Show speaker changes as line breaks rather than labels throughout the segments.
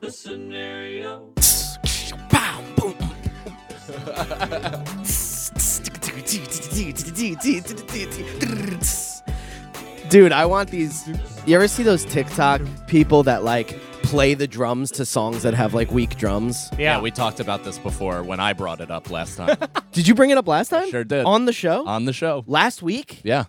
the scenario.
Pow, boom. Dude, I want these. You ever see those TikTok people that like play the drums to songs that have like weak drums?
Yeah. we talked about this before when I brought it up last time
Did you bring it up last time?
sure did.
On the show?
on the show.
last week?
Yeah.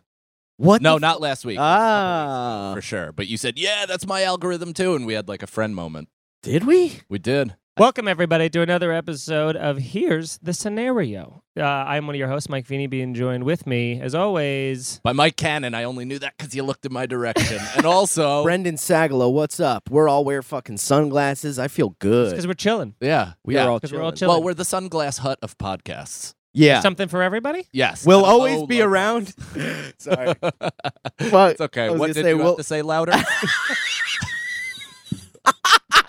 What?
No,
the
not last week.
Ah.
For sure. But you said, yeah, that's my algorithm too. And we had like a friend moment.
Did we?
We did.
Welcome, everybody, to another episode of Here's the Scenario. Uh, I'm one of your hosts, Mike Feeney, being joined with me, as always.
By Mike Cannon, I only knew that because you looked in my direction. and also,
Brendan Sagalow, what's up? We're all wear fucking sunglasses. I feel
Because
good.
we're chilling.
yeah.
We
yeah.
are all
'Cause we're all
chilling.
chilling.
Well, we're the sunglass hut of podcasts.
Yeah.
Something for everybody?
Yes.
We'll
At a
always
low
be
level.
around. Sorry.
It's okay.
I was
What
gonna
did
say,
you
we'll-
have to say louder?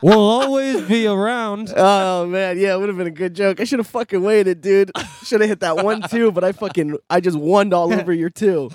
We'll always be around.
Oh man, yeah, it would have been a good joke. I should have fucking waited, dude. Should have hit that one two, but I fucking I just won all over your two.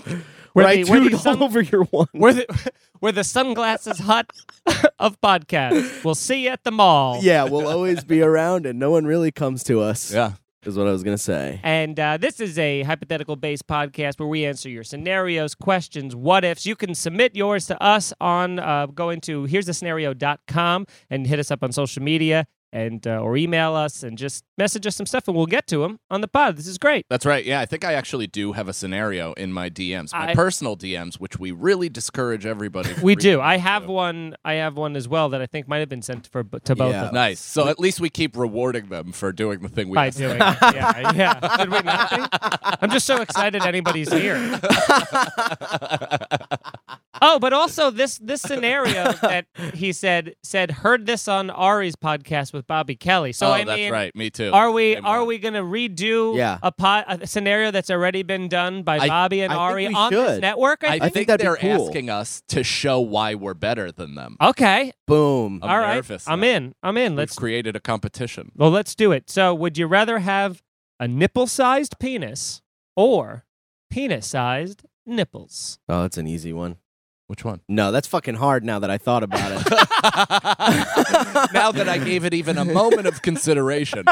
Where I
the- we're the
two'd all
sun-
over your one.
We're the, we're the sunglasses hut of podcasts. We'll see you at the mall.
Yeah, we'll always be around, and no one really comes to us.
yeah.
is what I was gonna say.
And uh, this is a hypothetical based podcast where we answer your scenarios, questions, what ifs. You can submit yours to us on uh, going to here's the scenario.com and hit us up on social media and uh, or email us and just message us some stuff and we'll get to them on the pod. This is great.
That's right. Yeah, I think I actually do have a scenario in my DMs, my
I-
personal DMs, which we really discourage everybody. from
We
reading.
do. I have one. I have one as well that I think might have been sent for to both
Yeah.
of us
Nice. So at least we keep rewarding them for doing the thing we
by
asked
doing.
them.
it. Yeah, yeah. Did we not do? I'm just so excited anybody's here. Oh, but also this this scenario that he said said heard this on Ari's podcast with Bobby Kelly. So
oh,
I
that's
mean,
right. Me too.
are we
Same
are
one.
we going to redo
Yeah.
a, po- a scenario that's already been done by
I-
Bobby and
I think
Ari
we
on
should.
this network?
I,
I think.
think,
that'd be
they're
cool.
asking us to show why we're better than them.
okay,
Boom.
I'm
all right.
nervous
I'm
now.
in. I'm in.
We've
Um, Let's
created a competition.
well, let's do it. So, would you rather have a nipple-sized penis or penis-sized nipples?
Oh, that's an easy one.
Which one?
No, that's fucking hard now that I thought about it.
now that I gave it even a moment of consideration,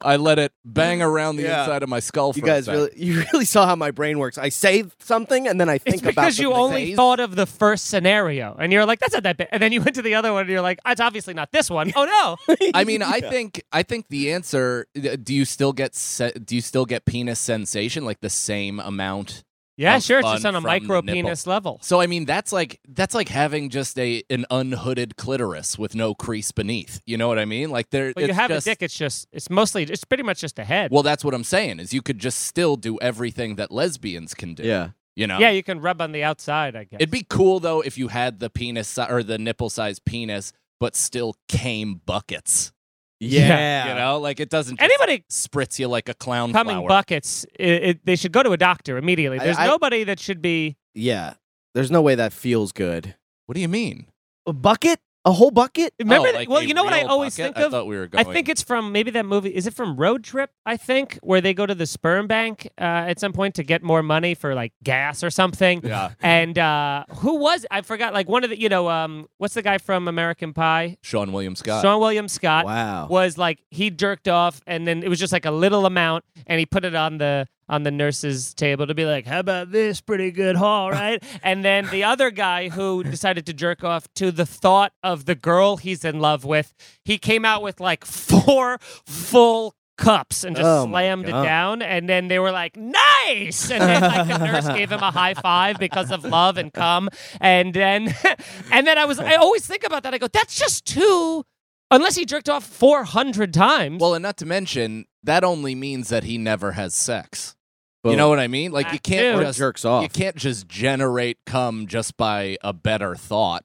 I let it bang around the
Yeah.
inside of my skull. For
you guys
a sec.
really you really saw how my brain works. I say something and then I think
It's
about
because
the
you only
thing.
thought of the first scenario, and you're like, "That's not that bad." And then you went to the other one, and you're like, "It's obviously not this one." Oh no!
I mean, I think I think the answer. uh, Do you still get se- do you still get penis sensation like the same amount?
yeah,
Of
sure. It's
fun
just on a
from the nipple.
micro penis level.
So I mean, that's like that's like having just a an unhooded clitoris with no crease beneath. You know what I mean? Like there,
But you
it's
have
just,
a dick. It's just, it's mostly, it's pretty much just a head.
Well, that's what I'm saying is you could just still do everything that lesbians can do.
Yeah.
you know.
yeah, you can rub on the outside, I guess.
It'd be cool though if you had the penis si- or the nipple sized penis, but still came buckets.
Yeah.
You know, like it doesn't just
Anybody
spritz you like a clown
coming
flower.
buckets, i it, they should go to a doctor immediately.
I-
There's
I-
nobody that should be.
Yeah. There's no way that feels good.
what do you mean?
A bucket? A whole bucket?
Remember?
Oh,
that-
like
well,
a
you know what I
real
always
bucket?
think
I
of.
thought we were
I
going.
think it's from maybe that movie. Is it from Road Trip? I think where they go to the sperm bank uh, at some point to get more money for like gas or something.
Yeah.
And uh, who was I forgot? Like one of the you know um, what's the guy from American Pie?
Sean William Scott.
Sean William Scott
Wow.
was like he jerked off, and then it was just like a little amount, and he put it on the on the nurse's table to be like, "How about this? Pretty good haul, right?" and then the other guy who decided to jerk off to the thought of the girl he's in love with, he came out with like four full cups and just
Oh my
slammed it
God.
down and then they were like nice and then like the nurse gave him a high five because of love and cum and then and then i was i always think about that i go that's just two unless he jerked off 400 times
Well, and not to mention that only means that he never has sex. You know what I mean? Like you
Act
can't
two.
Or
just
jerks
you
off.
can't just generate cum just by a better thought.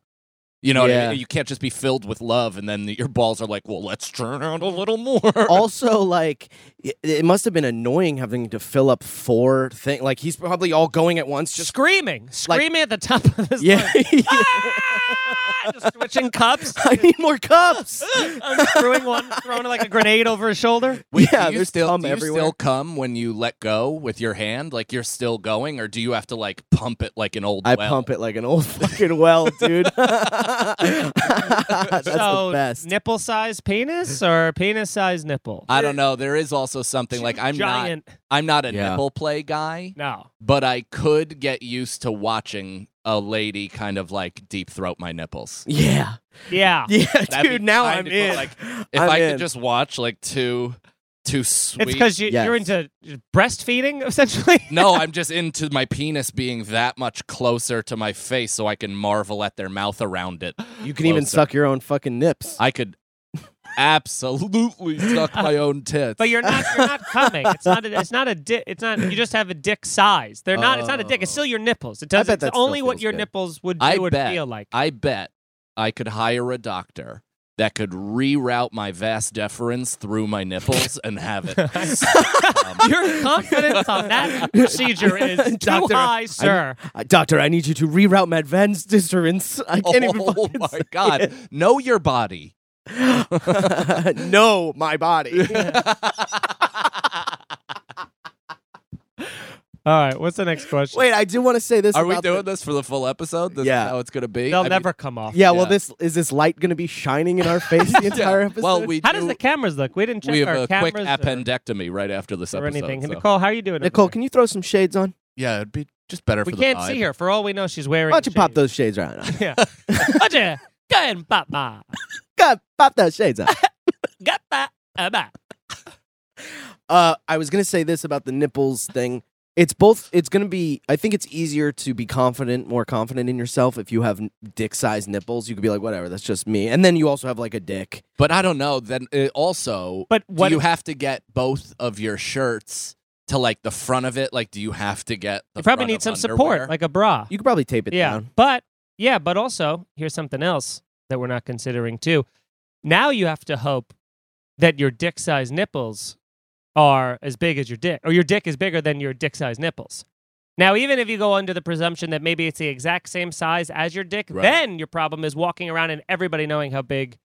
You know what I
Yeah.
mean? You can't just be filled with love and then your balls are like, well, let's turn out a little more.
also, like, it, it must have been annoying having to fill up four things. Like, he's probably all going at once. Just
screaming, screaming at the top of his
yeah.
lungs, just switching cups.
I need more cups.
I'm throwing one, throwing like a grenade over his shoulder.
Wait,
Yeah,
do you
there's
still
cum
do you
everywhere.
still come when you let go with your hand? Like you're still going, or do you have to like pump it like an old?
I
well?
pump it like an old fucking well, dude. That's
so
the best.
nipple size penis or penis size nipple?
I don't know. There is also something like I'm
Giant.
not I'm not a
Yeah.
nipple play guy,
No.
but I could get used to watching a lady kind of like deep throat my nipples.
yeah.
Yeah.
Yeah,
That'd
dude.
be
Now
kinda
I'm
cool,
in.
like, If
I'm
I
in.
could just watch like two two sweet
It's because you,
Yes.
you're into breastfeeding, essentially.
No, I'm just into my penis being that much closer to my face so I can marvel at their mouth around it.
you can even
Closer.
suck your own fucking nips.
I could absolutely suck my own tits.
But you're not you're not coming. It's not a, it's not a dick. It's not you just have a dick size. They're not. It's not a dick. It's still your nipples. It
I
does.
bet
It's
that still
only what
feels
your
good.
nipples would
I
do would
bet.
feel like.
I bet I could hire a doctor that could reroute my vas deferens through my nipples and have it. Um,
Your confidence on that procedure is too
Doctor,
high, sir.
Uh, doctor, I need you to reroute my advanced disturbance. I can't even.
oh
fucking
my
say
god!
it.
Know your body.
no, my body.
All right. What's the next question?
Wait, I do want to say this.
Are we
about
doing
the-
this for the full episode? This
Yeah.
is how it's gonna be.
They'll
I mean,
never come off.
Yeah, well,
Yeah.
this is this light going to be shining in our face the
yeah.
entire episode.
Well, we
How
do,
does the cameras look? We didn't check
we have
our
a
cameras
quick
or-
appendectomy right after this
or,
episode.
anything.
so-
Nicole, how are you doing? over
Nicole,
there?
can you throw some shades on?
Yeah, it'd be just better
we
for
can't
the vibe.
see her. For all we know, she's wearing.
Why don't you pop
shades.
those shades right on?
Yeah. Why don't you go ahead and pop my.
God, pop those shades on.
Got that. Uh, bye.
Uh, I was gonna say this about the nipples thing. It's both. It's gonna be. I think it's easier to be confident, more confident in yourself if you have dick sized nipples. You could be like, whatever, that's just me. And then you also have like a dick.
But I don't know. Then it also,
But
do
what
you have to get both of your shirts to like the front of it? Like, do you have to get? The
You probably
front
need
of
some
underwear?
support, like a bra.
You could probably tape it
yeah,
down.
but yeah, but also here's something else that we're not considering too. Now you have to hope that your dick size nipples are as big as your dick, or your dick is bigger than your dick size nipples. Now, even if you go under the presumption that maybe it's the exact same size as your dick,
Right.
then your problem is walking around and everybody knowing how big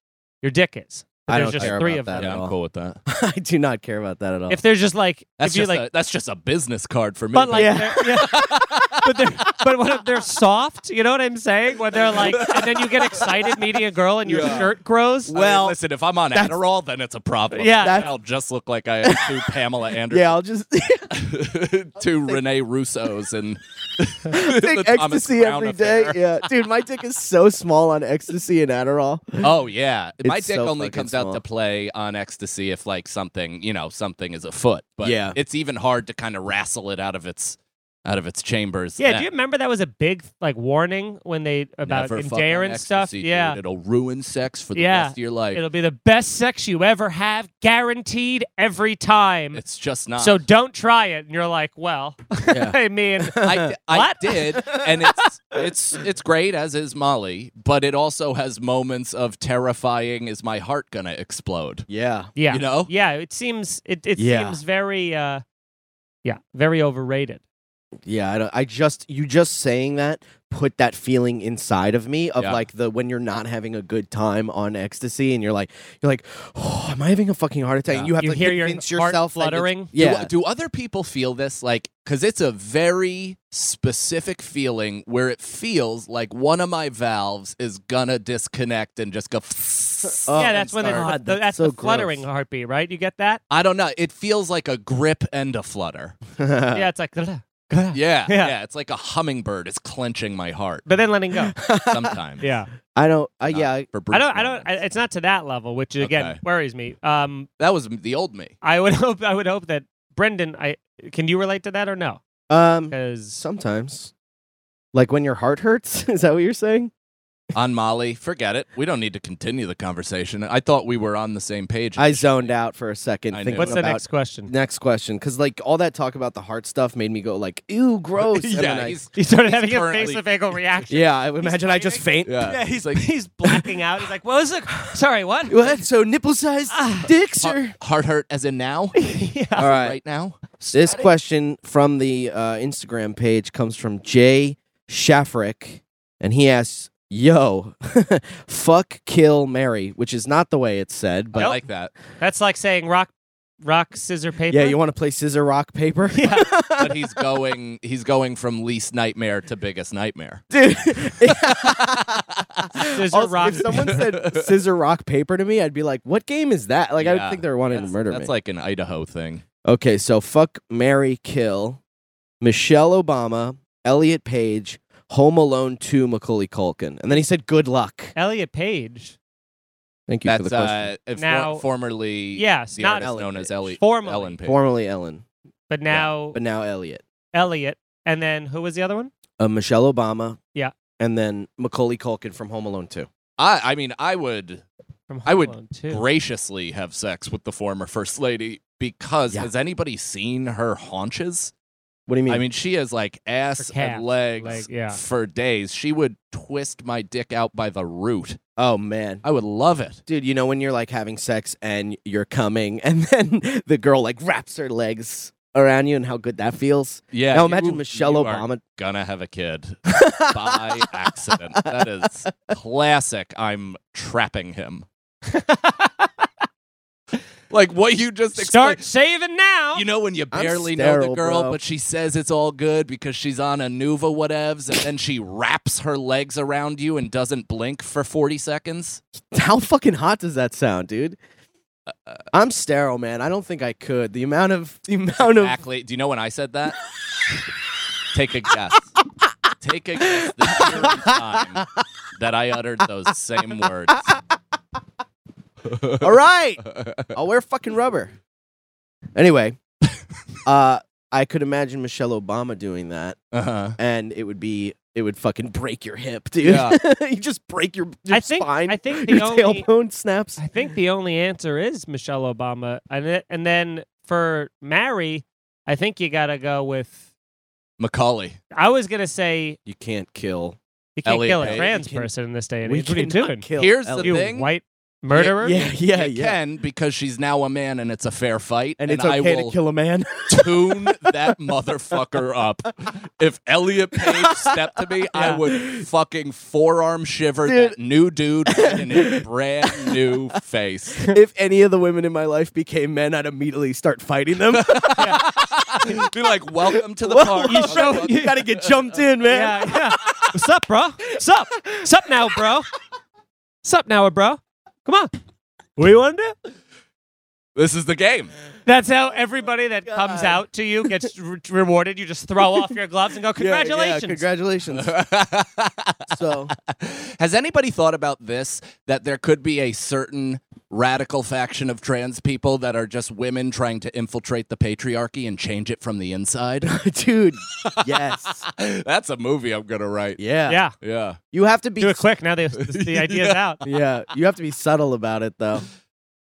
your dick is. If
I
there's
don't
just
care about
three of
that
them.
at
yeah, I'm
all.
cool with that.
I do not care about that at all.
If there's just like,
That's
if you're
just
like,
a, that's just a business card for me.
But like,
Yeah.
they're- yeah. but they're, but what if they're soft? You know what I'm saying? When they're like, and then you get excited meeting a girl and your
Yeah.
shirt grows.
I mean,
well,
listen, if I'm on
that's-
Adderall, then it's a problem.
Yeah.
Then
That's-
I'll just look like I have two Pamela
yeah,
Anderson,
I'll just
two Renee Russos, and the
take
Thomas
ecstasy
Crown
every day.
affair.
Yeah, dude, my dick is so small on ecstasy and Adderall.
Oh yeah, my
It's
dick
so
only
fucking
comes out
small.
to play on ecstasy if like something you know something is afoot. But
Yeah.
it's even hard to kind of wrestle it out of its out of its chambers.
Yeah,
That-
do you remember that was a big like warning when they about
Never fuck on
Indare and stuff?
ecstasy, dude.
yeah,
it'll ruin sex for the
Yeah.
rest of your life.
it'll be the best sex you ever have, guaranteed every time.
it's just not.
so don't try it. And you're like, well, I mean,
I, I
What?
did, and it's it's it's great as is Molly, but it also has moments of terrifying. Is my heart gonna explode?
Yeah,
yeah,
You know?
yeah. It seems it it
Yeah.
seems very uh, yeah, very overrated.
yeah. I, don't, I just you just saying that put that feeling inside of me of
Yeah.
like the when you're not having a good time on ecstasy and you're like you're like, oh, am I having a fucking heart attack?
Yeah.
And you have
You
to
hear your
convince
heart
yourself that it's-
fluttering?
Do-
Yeah,
Do, other people feel this? Like, because it's a very specific feeling where it feels like one of my valves is gonna disconnect and just go.
Oh,
yeah,
I'm
that's when the,
sorry.
the-
God, that's
that's
so
the fluttering
gross.
heartbeat, right? You get that?
I don't know. It feels like a grip and a flutter.
yeah, it's like, "Grr,
Yeah,
grr,"
yeah.
Yeah.
It's like a hummingbird is clenching my heart
but then letting go.
sometimes.
yeah,
I don't. I,
Not
yeah, I-
for
I
brief
don't, I don't. I,
moments.
it's not to that level, which again
Okay.
worries me. Um,
that was the old me.
I would hope, I would hope that Brendan, I can you relate to that or no?
Um,
Because
sometimes, like when your heart hurts. Is that what you're saying?
on Molly. Forget it. We don't need to continue the conversation. I thought we were on the same page.
I zoned out for a second.
I knew.
thinking
What's the
about-
next question?
Next question, because like all that talk about the heart stuff made me go like, "Ew, gross." And then
yeah,
I-
he's,
He started having a
currently-
face-to-facial reaction.
yeah. I imagine I just faint.
yeah.
he's
like
he's blacking out. He's like, "What was it? Sorry, what?"
What? So nipple sized
Ah.
dicks
heart,
are.
heart hurt as in now,
yeah.
All right.
right now.
This question from the uh, Instagram page comes from Jay Shafrick, and he asks, "Yo, fuck, kill, Mary," which is not the way it's said, but
I
Nope.
like that.
That's like saying rock, rock, scissor, paper.
yeah, you want to play scissor rock paper,
Yeah.
But he's going. He's going from least nightmare to biggest nightmare.
dude.
Scissor,
Also,
rock.
If someone said scissor rock paper to me, I'd be like, "What game is that?" Like, I
Yeah.
would think they were wanting to murder me.
That's like an Idaho thing.
Okay, so fuck Mary Kill, Michelle Obama, Elliot Page, Home Alone 2, Macaulay Culkin. And then he said good luck.
Elliot Page.
Thank you for
That's
the question.
uh, if for-
Now-
formerly
Yes,
the
not
artist
Ellen
known
Page.
as Ellie
Formerly.
Ellen Page.
Formerly Ellen,
but now
but now Elliot.
Elliot. And then who was the other one?
Uh, Michelle Obama.
Yeah.
And then Macaulay Culkin from Home Alone 2.
I I mean I would
From Home
I would
Alone too.
graciously have sex with the former first lady because
Yeah.
has anybody seen her haunches?
What do you mean?
I mean, she has like ass
calf,
and legs
leg, yeah.
for days. She would twist my dick out by the root.
oh, man.
I would love it.
Dude, you know when you're like having sex and you're coming and then the girl like wraps her legs around you and how good that feels?
Yeah.
now
you-
imagine Michelle
you are
Obama.
gonna have a kid by accident. That is classic. I'm trapping him. like what you just
Start
explained.
saving now.
You know when you
I'm
barely know
sterile,
the girl,
bro.
but she says it's all good because she's on a Nuva whatevs, and then she wraps her legs around you and doesn't blink for forty seconds.
How fucking hot does that sound, dude? I'm sterile, man. I don't think I could. The amount of the amount of
Exactly. Do you know when I said that? Take a guess. Take a guess the year and time that I uttered those same words.
all right, I'll wear fucking rubber. Anyway, uh, I could imagine Michelle Obama doing that,
Uh-huh.
and it would be it would fucking break your hip, dude.
Yeah.
you just break your, your
I think
spine.
I think the
your
only
tailbone snaps.
I think the only answer is Michelle Obama, and it, and then for Mary, I think you gotta go with.
Macaulay.
I was gonna say
You can't kill.
you can't
Elliot
kill
Page.
a trans
We can-
person in this day and
we
age. What are you
cannot
doing?
Kill
Here's the
Elliot.
You
thing.
white murderer.
Yeah, yeah,
you
yeah.
can because she's now a man and it's a fair fight.
And it's
I
okay
will
to kill a man.
tune that motherfucker up. If Elliot Page stepped to me, I
Yeah.
would fucking forearm shiver
Dude.
that new dude right in his brand new face.
if any of the women in my life became men, I'd immediately start fighting them.
Be like, welcome to the
Whoa,
party.
you show- you gotta get jumped in, man.
yeah, yeah. What's up, bro? What's up? What's up now, bro? What's up now, bro? Come on. What do you want to do?
This is the game.
That's how everybody that comes
Oh God.
out to you gets re- rewarded. You just throw off your gloves and go,
Yeah, yeah,
congratulations.
congratulations. so
Has anybody thought about this? That there could be a certain radical faction of trans people that are just women trying to infiltrate the patriarchy and change it from the inside?
dude, yes.
That's a movie I'm going to write.
Yeah.
yeah.
Yeah.
You have to be
Do it quick. Now the, the idea's out.
Yeah. You have to be subtle about it though.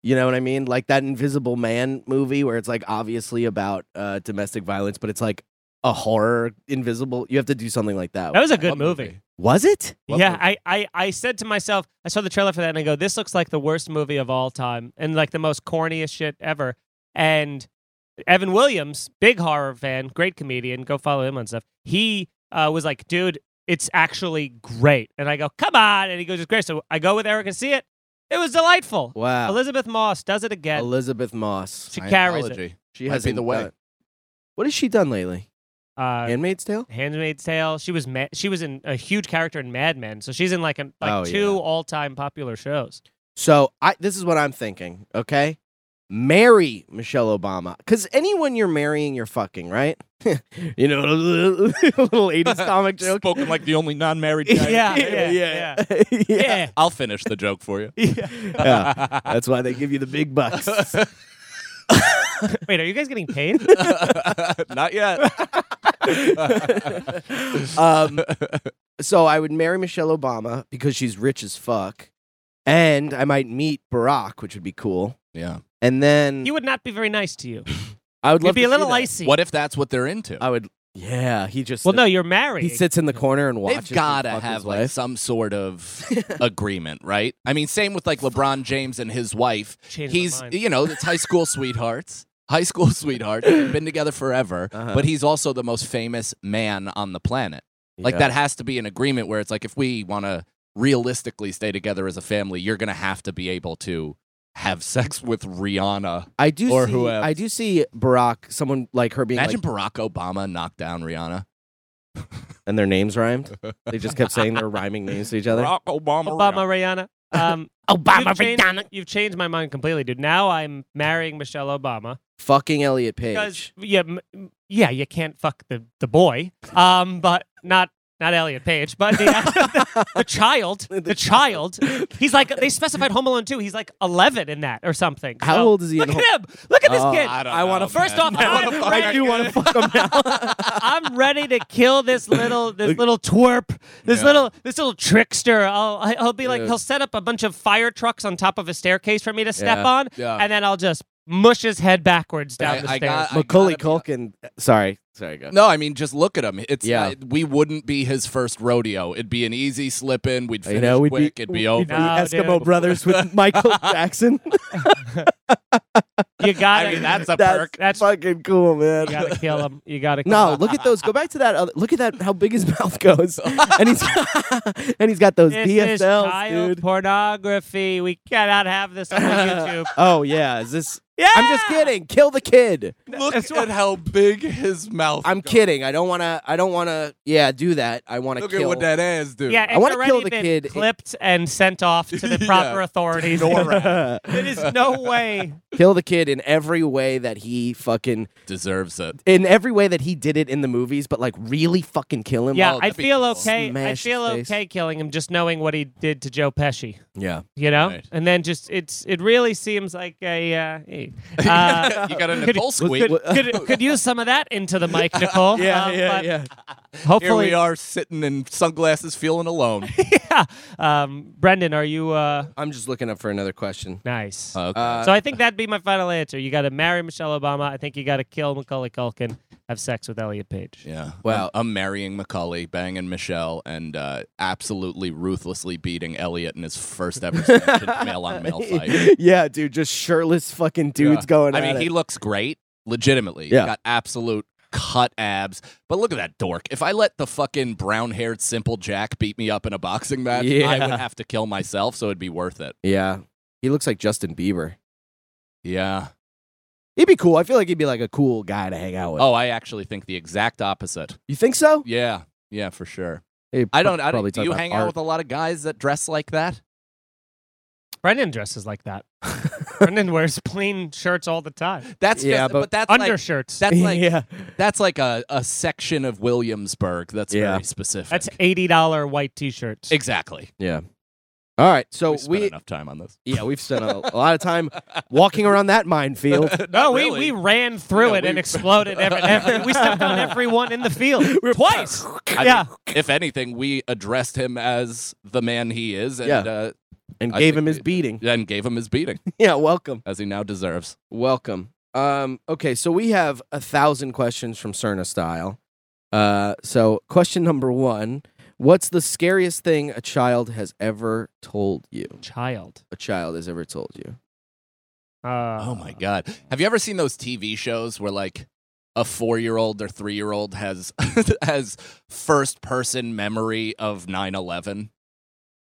You know what I mean? Like that Invisible Man movie where it's like obviously about uh, domestic violence, but it's like a horror invisible. You have to do something like that.
That was a good
What
movie.
Was it?
What
yeah,
movie?
I, I, I said to myself, I saw the trailer for that and I go, this looks like the worst movie of all time and like the most corniest shit ever. And Evan Williams, big horror fan, great comedian, go follow him on stuff. He uh, was like, dude, it's actually great. And I go, come on. And he goes, it's great. So I go with Eric and see it. It was delightful.
Wow.
Elizabeth Moss does it again.
Elizabeth Moss.
she carries it.
Scientology.
She
Might
has
be the way.
What has she done lately?
Uh,
Handmaid's Tale?
Handmaid's Tale. She was ma- she was in a huge character in Mad Men, so she's in like an, like
Oh,
two
yeah.
all time popular shows.
So I this is what I'm thinking, okay? Marry Michelle Obama. Cause anyone you're marrying, you're fucking, right? you know, a little 80s comic joke.
Spoken like the only non-married
Yeah,
guy.
yeah, yeah.
yeah. Yeah.
I'll finish the joke for you.
Yeah. That's why they give you the big bucks.
Wait, are you guys getting paid?
Not yet.
um, so I would marry Michelle Obama because she's rich as fuck, and I might meet Barack, which would be cool.
Yeah.
And then
He would not be very nice to you.
I would love
You'd be
to
a little
see that.
icy.
What if that's what they're into?
I would. Yeah, he just.
well, no, you're married.
he sits in the corner and watches.
They've got to
him fuck his
have like
wife.
some sort of agreement, right? I mean, same with like LeBron James and his wife.
Changed my
he's,
mind.
you know, it's high school sweethearts. High school sweethearts, They've been together forever,
Uh-huh.
but he's also the most famous man on the planet. Like
Yeah.
that has to be an agreement where it's like if we want to realistically stay together as a family, you're going to have to be able to have sex with Rihanna.
I do.
or
see,
whoever.
I do see Barack, someone like her being
Imagine
like,
Barack Obama knock down Rihanna.
and their names rhymed. They just kept saying their rhyming names to each other.
Barack Obama.
Obama, Rihanna. Um,
Obama,
you've changed, You've changed my mind completely, dude. Now I'm marrying Michelle Obama
fucking Elliot
because
Page.
yeah, m- yeah, you can't fuck the the boy, um, but not not Elliot Page, but the, the child, the, child. He's like they specified Home Alone too. He's like 11 in that or something.
How
So-
old is he in
Look
Home-
at him! Look at this
Oh,
kid.
I don't
I
know,
wanna
man.
First off,
I
I'm
wanna fuck
ready-
that
I do want to fuck him now.
I'm ready to kill this little this little twerp, this
Yeah.
little this little trickster. I'll I- I'll be like
Yeah.
he'll set up a bunch of fire trucks on top of a staircase for me to step
Yeah.
on,
Yeah.
and then I'll just mush his head backwards down
I-
the
I
stairs.
got- I
Macaulay
gotta
Culkin. Sorry, sorry. Go.
No, I mean just look at him. It's
Yeah.
uh, we wouldn't be his first rodeo. It'd be an easy slip in. We'd finish
You know, we'd
quick.
be,
It'd be
we'd
over.
No,
Eskimo
dude.
Brothers with Michael Jackson.
you gotta,
I mean, that's a
That's,
perk.
That's-
fucking cool, man.
you gotta kill him. You gotta kill
No,
him.
look at those. Go back to that. Other, look at that. How big his mouth goes, and he's and he's got those
This is
DSLs,
child
dude.
pornography. We cannot have this on YouTube.
Oh yeah, is this?
Yeah,
I'm just kidding. Kill the kid.
Look
That's
at
what-
how big his mouth.
I'm
goes.
kidding. I don't want to. I don't want to. Yeah, do that. I want to
Look
kill.
at what that ass do.
Yeah,
I
it's
wanna kill
already
the
been
kid.
Clipped and sent off to the
Yeah.
proper authorities. there is no way.
kill the kid in every way that he fucking
deserves it.
in every way that he did it in the movies, but like really fucking kill him.
Yeah,
Oh,
I
that'd be
feel
cool.
okay. I
Smash
feel
his face.
okay killing him, just knowing what he did to Joe Pesci.
yeah.
You know,
Right.
and then just it's it really seems like a uh, hey, uh,
you got a
could-
nipple squeak.
could, could could use some of that into the mic, Nicole. Uh, but
Here
Hopefully,
we are sitting in sunglasses, feeling alone.
yeah. Um, Brendan, are you uh,
I'm just looking up for another question.
nice?
okay.
Uh,
so I think that'd be my final answer. You got to marry Michelle Obama. I think you got to kill Macaulay Culkin. Have sex with Elliot Page.
yeah.
well-
I'm, I'm marrying Macaulay, banging Michelle, and uh, absolutely ruthlessly beating Elliot in his first ever male on male fight.
yeah, dude, just shirtless fucking dudes
Yeah.
going.
I mean,
at
he
it.
looks great, legitimately.
Yeah.
Got absolute cut abs. But look at that dork. If I let the fucking brown haired simple Jack beat me up in a boxing match, I
Yeah.
would have to kill myself, so it'd be worth it.
yeah, he looks like Justin Bieber.
Yeah.
He'd be cool. I feel like he'd be like a cool guy to hang out with.
Oh, I actually think the exact opposite.
you think so?
Yeah. Yeah, for sure.
Hey,
I don't. I
probably
don't do
talk
you
about
hang out
art.
with a lot of guys that dress like that?
Brendan dresses like that. Brendan wears plain shirts all the time.
That's
Yeah,
just,
but-
but, that's like
Undershirts.
that's like
yeah.
that's like a, a section of Williamsburg that's
Yeah.
very specific.
That's eighty dollar white t shirts.
exactly.
Yeah. All right. So
we spent
we,
enough time on this.
yeah, we've spent a, a lot of time walking around that minefield.
No,
Not
we, we
really.
ran through
Yeah,
it
we-
and exploded. Every, every, we stepped on everyone in the field twice.
I
yeah,
mean, if anything, we addressed him as the man he is and,
Yeah.
uh,
and
I
gave
think
him his
we-
beating.
and gave him his beating,
Yeah, welcome.
as he now deserves.
Welcome. Um, okay, so we have a thousand questions from Cerna Style. Uh, so question number one: What's the scariest thing a child has ever told you?
child.
A child has ever told you?
Uh,
oh my God. Have you ever seen those TV shows where, like, a four year old or three year old has, has first person memory of 9 11?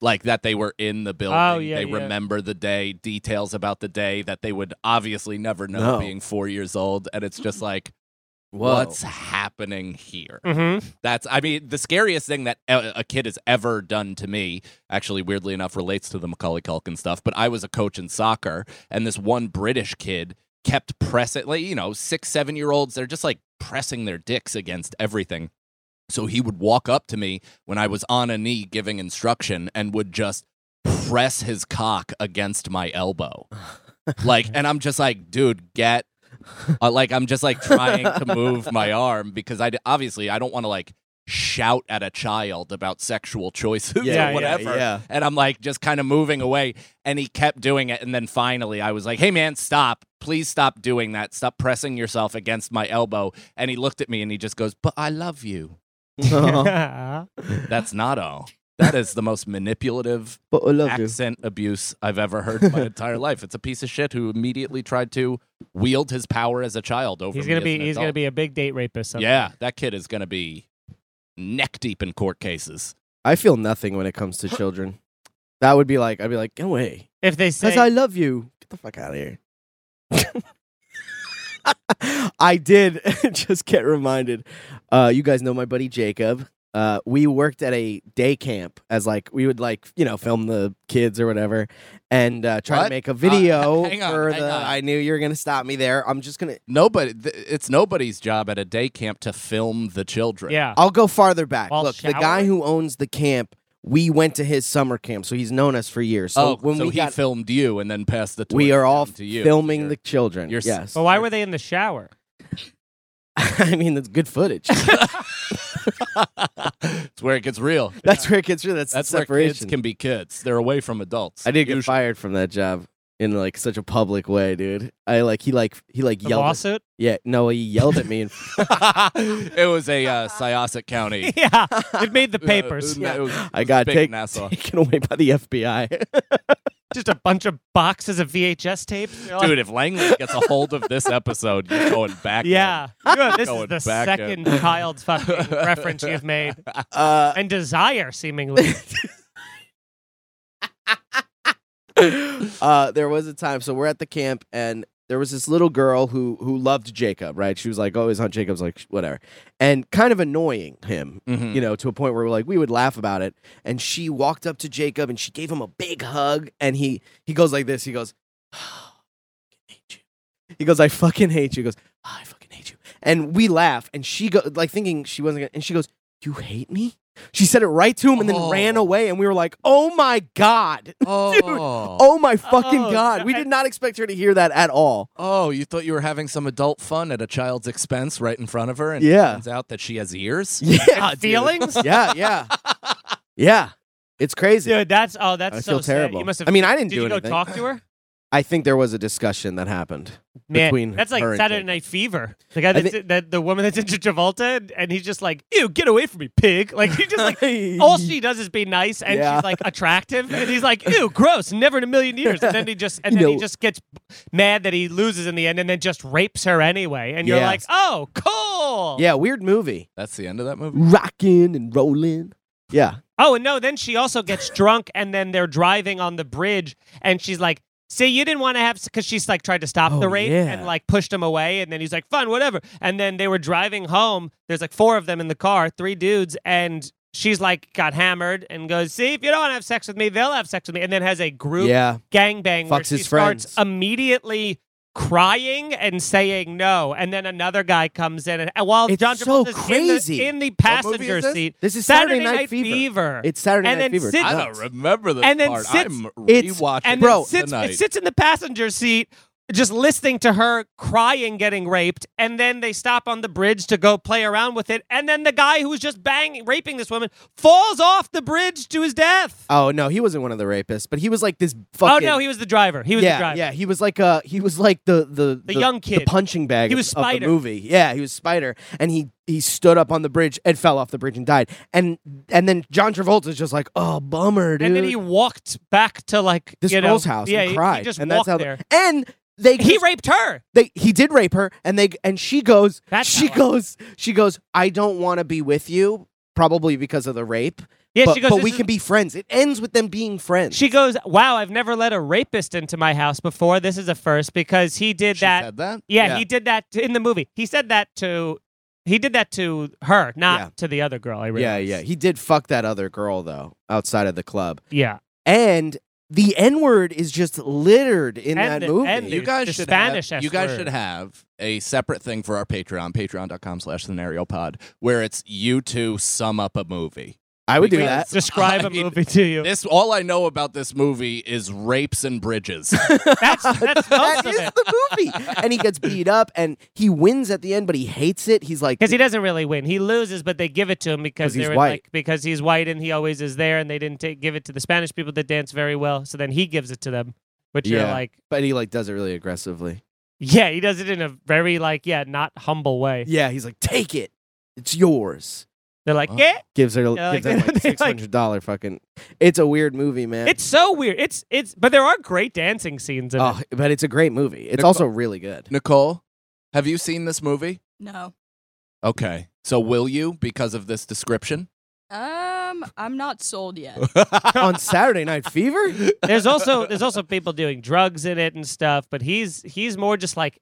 Like that they were in the building.
Oh, yeah,
they
yeah.
remember the day, details about the day that they would obviously never know
No.
being four years old. And it's just like,
Whoa.
what's happening here?
Mm-hmm.
That's, I mean, the scariest thing that a a kid has ever done to me, actually, weirdly enough, relates to the Macaulay Culkin stuff. But I was a coach in soccer, and this one British kid kept pressing, like, you know, six, seven year olds, they're just like pressing their dicks against everything. So he would walk up to me when I was on a knee giving instruction and would just press his cock against my elbow. like, and I'm just like, dude, get. uh, like I'm just like trying to move my arm because I d- obviously I don't want to like shout at a child about sexual
Yeah,
choices or
yeah,
whatever.
yeah.
And I'm like just kind of moving away. And he kept doing it. And then finally I was like, hey man, stop. Please stop doing that. Stop pressing yourself against my elbow. And he looked at me and he just goes, But I love you. Uh-huh. That's not all. That is the most manipulative
but I love you.
accent abuse I've ever heard in my entire life. It's a piece of shit who immediately tried to wield his power as a child over
he's
me
gonna
as
be
an
he's gonna
adult.
be a big date rapist. someday.
Yeah, that kid is gonna be neck deep in court cases.
I feel nothing when it comes to children. That would be like I'd be like, get away,
If they
because
say
I love you. Get the fuck out of here. I did just get reminded. Uh, you guys know my buddy Jacob. Uh, we worked at a day camp as like we would like you know film the kids or whatever, and uh, try
What?
to make a video
Uh, hang on,
for
hang
the.
on.
I knew you were gonna stop me there. I'm just gonna.
Nobody, th- it's nobody's job at a day camp to film the children.
yeah,
I'll go farther back.
While
Look, the guy
showering?
who owns the camp, we went to his summer camp, so he's known us for years. So
So oh,
when
so
we
he
got,
filmed you and then passed the.
we
torch
are all
down to you.
filming
You're-
the children.
you're s- Oh,
yes,
but why were they in the shower?
I mean that's good footage.
it's where it gets real.
that's where it gets rid. That's,
That's
the
where kids
separation.
can be kids. They're away from adults.
I did get
Usually.
fired from that job in like such a public way, dude. I like he like he like
The
yelled. at-
lawsuit?
yeah, no, he yelled at me. And,
it was a uh, Syosset County.
yeah, it made the papers.
Uh, it was- it
I
was
got
big
take-
Nassau.
taken away by the FBI.
Just a bunch of boxes of VHS tapes. You're like,
Dude, if Langley gets a hold of this episode, you're going back.
Yeah, You know, this is
Going
the
back at-
second child fucking reference you've made,
Uh,
and desire seemingly.
uh, there was a time. So we're at the camp, and there was this little girl who who loved Jacob. Right? She was like always on Jacob's, like sh- whatever, and kind of annoying him.
Mhm.
Hmm.
You know, to a point where we're like we would laugh about it. And she walked up to Jacob, and she gave him a big hug, and he he goes like this. He goes, "Ah, I fucking hate you. He goes, I fucking hate you. He goes, "Ah, I fucking hate you. And we laugh, and she go like thinking she wasn't gonna, and she goes, You hate me? She said it right to him and then
Oh.
ran away, and we were like, Oh my god.
Oh.
Oh my fucking
Oh,
god! We
God.
did not expect her to hear that at all.
Oh, you thought you were having some adult fun at a child's expense right in front of her, and
Yeah.
it turns out that she has ears.
Yeah, dude.
Uh, feelings?
Yeah, yeah, yeah. It's crazy.
Dude, that's oh, that's
I
so
feel
sad.
terrible.
You must have.
I mean, I didn't
did
do
you go
anything.
talk to her?
I think there was a discussion that happened
Man,
between
that's like
her and
Saturday
Jacob.
Night Fever. The guy
I
that's
thi-
that the woman that's into Travolta, and he's just like, "Ew, get away from me, pig!" Like he just like all she does is be nice, and
Yeah.
she's like attractive, and he's like, "Ew, gross! Never in a million years!" And then he just and
You
then he
know-
just gets mad that he loses in the end, and then just rapes her anyway. And you're
Yeah.
like, "Oh, cool."
Yeah, weird movie.
That's the end of that movie.
Rocking and rolling. Yeah.
Oh, and no, then she also gets drunk, and then they're driving on the bridge, and she's like, See, you didn't want to have, because she's like tried to stop
Oh,
the rape
yeah.
and like pushed him away. And then he's like, Fine, whatever. And then they were driving home. There's like four of them in the car, three dudes, and she's like got hammered and goes, See, if you don't want to have sex with me, they'll have sex with me. And then has a group
Yeah.
gangbang where
Fucks
she
his
starts
friends.
immediately crying and saying no. And then another guy comes in, and, and while
It's
John
so
Travolta's in
crazy.
the, in the
What movie
passenger
is this?
seat.
This is
Saturday,
Saturday,
Night, Fever.
It's Saturday
And
Night
then
Fever.
sit-
I
Nuts.
don't remember this
And then
part.
sits-
I'm
it's-
rewatching
and
Bro.
it sits,
tonight.
it sits in the passenger seat, just listening to her crying, getting raped, and then they stop on the bridge to go play around with it, and then the guy who was just banging, raping this woman, falls off the bridge to his death.
Oh no, he wasn't one of the rapists, but he was like this fucking.
oh no, he was the driver. He was
yeah,
the driver.
yeah. He was like uh he was like the the,
The young kid.
the punching bag.
He
of-
was
of, the
Spider.
movie. Yeah, he was Spider, and he he stood up on the bridge and fell off the bridge and died. And and then John Travolta's just like, oh bummer, dude.
And then he walked back to like
this
you know,
girl's house
Yeah,
and
he-
cried,
He, just
and
walked
that's how.
there.
And they
he raped her.
they he did rape her, and they and she goes
That's
she
how I-
goes she goes I don't want to be with you probably because of the rape.
Yeah,
but,
she goes.
but
"This
we
is-
can be friends. It ends with them being friends.
She goes, "Wow, I've never let a rapist into my house before. This is a first because he did
She
that
said that.
Yeah,
Yeah.
he did that t- in the movie. He said that to he did that to her, not
Yeah.
to the other girl. I
yeah,
realized.
yeah. He did fuck that other girl though outside of the club.
yeah.
and the N word is just littered in
And
that
the-
movie.
and
You
the-
guys
the
should
Spanish
have,
S
you guys
word.
should have a separate thing for our Patreon, patreon.com slash scenario pod, where it's you two sum up a movie.
I would do
Because-
that.
Describe
I
a
mean,
movie to you.
This all I know about this movie is rapes and bridges.
That's that's most
That
of
is
it.
the movie. And he gets beat up and he wins at the end, but he hates it. He's like,
Because he doesn't really win. He loses, but they give it to him
'Cause
because
he's
they're
white.
like because he's white and he always is there, and they didn't take, give it to the Spanish people that dance very well. So then he gives it to them, which you are
Yeah.
like,
but he like does it really aggressively.
yeah, he does it in a very like yeah, not humble way.
Yeah, he's like, take it. It's yours.
They're like,
Oh.
yeah,
Gives her
Yeah, like,
gives that like
they,
six
like-
hundred dollar fucking. It's a weird movie, man.
it's so weird. It's it's, but there are great dancing scenes in it.
oh, but it's a great movie. It's
Nicole-
also really good.
Nicole, have you seen this movie?
No.
Okay. So will you because of this description?
Um, I'm not sold yet.
On Saturday Night Fever,
There's also there's also people doing drugs in it and stuff, but he's he's more just like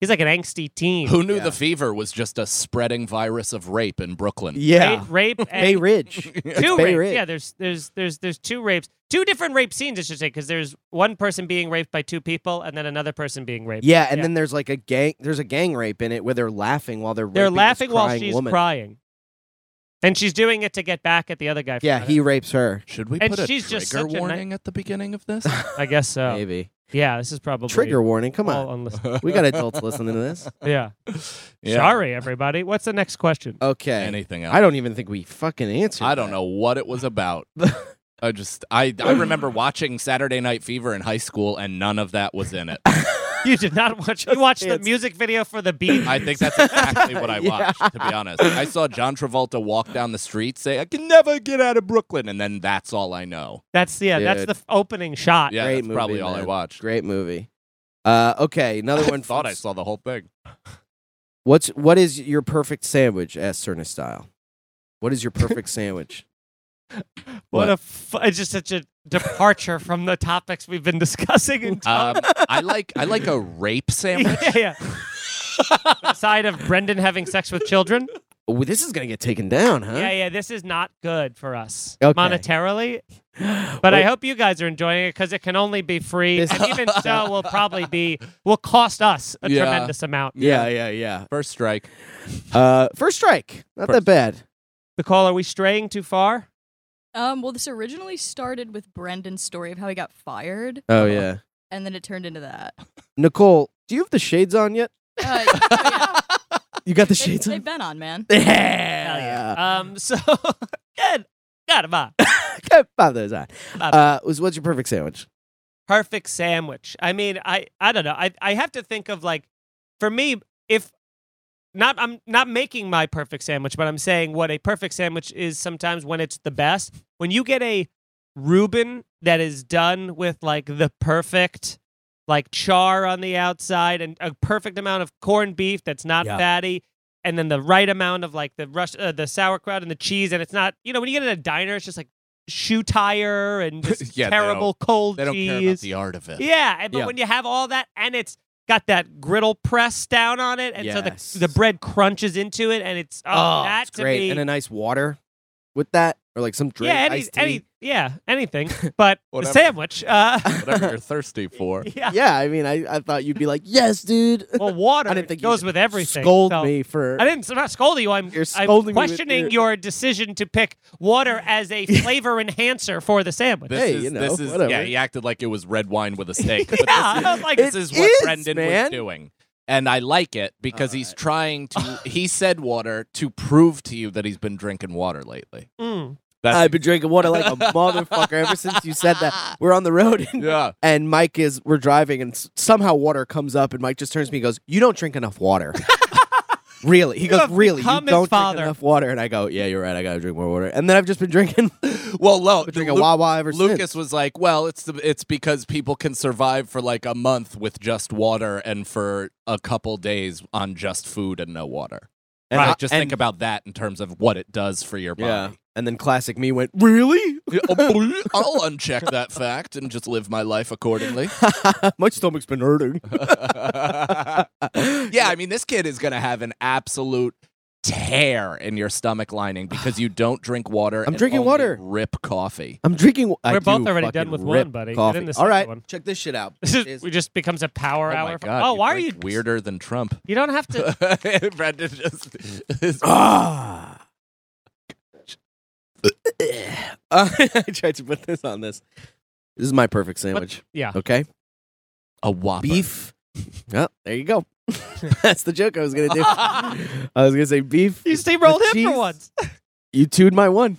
he's like an angsty teen.
Who knew
Yeah.
the fever was just a spreading virus of rape in Brooklyn?
yeah,
Rape, rape
Bay
and
Ridge.
two
Bay
rapes.
Ridge.
Yeah, there's there's there's there's two rapes, two different rape scenes, I should say, because there's one person being raped by two people and then another person being raped.
Yeah, and
Yeah.
then there's like a gang. There's a gang rape in it where they're laughing while they're
They're
raping this
laughing while
crying
she's
woman.
crying, and she's doing it to get back at the other guy. For
Yeah,
that.
he rapes her.
Should we
And
put a
she's just
trigger
such a ni-
warning at the beginning of this?
I guess so.
Maybe
Yeah, this is probably
trigger warning. Come
all
on,
unlis-
we got adults listening to this.
yeah.
Yeah.
Sorry, everybody. What's the next question?
Okay,
Anything else?
I don't even think we fucking answered.
I don't
that.
know what it was about. I just I I remember watching Saturday Night Fever in high school and none of that was in it.
You did not watch. You watched the
dance.
music video for the beat.
I think that's exactly what I
Yeah.
watched, to be honest. I saw John Travolta walk down the street say, I can never get out of Brooklyn, and then that's all I know.
That's yeah. That's
Dude.
the f- opening shot.
Yeah,
Great
that's
movie,
probably all I
man.
watched.
Great movie. Uh, okay, another
I
one.
thought
from-
I saw the whole thing.
What's what is your perfect sandwich? Asked Cerna Style. What is your perfect sandwich?
What
What?
a f- it's just such a departure from the topics we've been discussing. And
Um, I like I like a rape sandwich.
yeah, yeah. The side of Brendan having sex with children.
Oh, this is gonna get taken down, huh?
Yeah, yeah. This is not good for us
Okay.
monetarily. But I
Wait.
hope you guys are enjoying it because it can only be free,
This-
and even so, will probably be will cost us a
Yeah.
tremendous amount.
Yeah, yeah, yeah.
First strike.
Uh, first strike. Not that
First-
bad.
The call. Are we straying too far?
um, well, this originally started with Brendan's story of how he got fired, Uh-huh.
Oh yeah.
and then it turned into that.
Nicole, do you have the shades on yet?
Uh, yeah,
You got the
they, they've been on, man.
Hell
Yeah.
Um. So good. Got him up.
Get both those on.
Bob.
Uh, was what's your perfect sandwich?
perfect sandwich. I mean, I I don't know. I I have to think of like for me if not I'm not making my perfect sandwich, but I'm saying what a perfect sandwich is sometimes when it's the best. When you get a Reuben that is done with like the perfect like char on the outside and a perfect amount of corned beef that's not
Yeah.
fatty and then the right amount of like the rush uh, the sauerkraut and the cheese and it's not you know when you get in a diner it's just like shoe tire and just
Yeah, they don't-
terrible cold
They don't
cheese
care about the art of it.
yeah, and- but
Yeah.
when you have all that and it's got that griddle press down on it, and
Yes.
so the, the bread crunches into it, and it's oh, that
it's
to
great.
me,
And a nice water with that, or like some drink.
yeah, any,
iced tea.
any, yeah, anything, but the
Whatever.
sandwich, uh,
Whatever you're thirsty for.
yeah.
yeah, I mean, I, I thought you'd be like, yes, dude.
Well, water
I didn't think you
goes
could
with everything.
Scold
so-
me for.
I didn't. I'm not scolding you. I'm,
You're
I'm
scolding me with
questioning
your-
your decision to pick water as a flavor enhancer for the sandwich.
This
Hey,
is
you know,
this is yeah,
whatever.
he acted like it was red wine with a steak.
yeah,
But this is
I was like,
this
It
is what
is,
Brendan
man.
was doing. And I like it because he's trying to he said water to prove to you that he's been drinking water lately.
mm.
That's
I've been drinking water like a motherfucker ever since you said that. We're on the road and,
yeah.
and Mike is, we're driving and s- somehow water comes up and Mike just turns to me and goes, You don't drink enough water. really? He goes,
have
Really? You
become his
don't drink
father."
enough water. And I go, Yeah, you're right. I got to drink more water. And then I've just been drinking,
Well, lo-
been drinking
Lu-
Wawa ever
Lucas
since.
was like, "Well, it's the, it's because people can survive for like a month with just water, and for a couple days on just food and no water."
And
Right.
I-
just
and-
think about that in terms of what it does for your
Yeah.
body. oh,
And then classic me went, Really?
I'll uncheck that fact and just live my life accordingly.
My stomach's been hurting.
Yeah, I mean, this kid is going to have an absolute tear in your stomach lining because you don't drink water.
I'm
and
drinking
only
water.
Rip coffee.
I'm drinking. I
We're both
do
already
fucking
done with
rip
one, buddy. Get
Coffee.
in the
All
second
right,
one.
check this shit out.
This is,
Cheers.
it just becomes a power
oh
hour.
my
for-
god!
oh,
you
why are you
drink weirder than Trump?
You don't have to.
Brendan just.
Ah. Uh, I tried to put this on this. This is my perfect sandwich.
Yeah.
Okay,
A whopper.
beef. Oh, there you go. That's the joke I was gonna do. I was gonna say beef.
You steamrolled
with
him for
cheese.
once.
You tuned my one.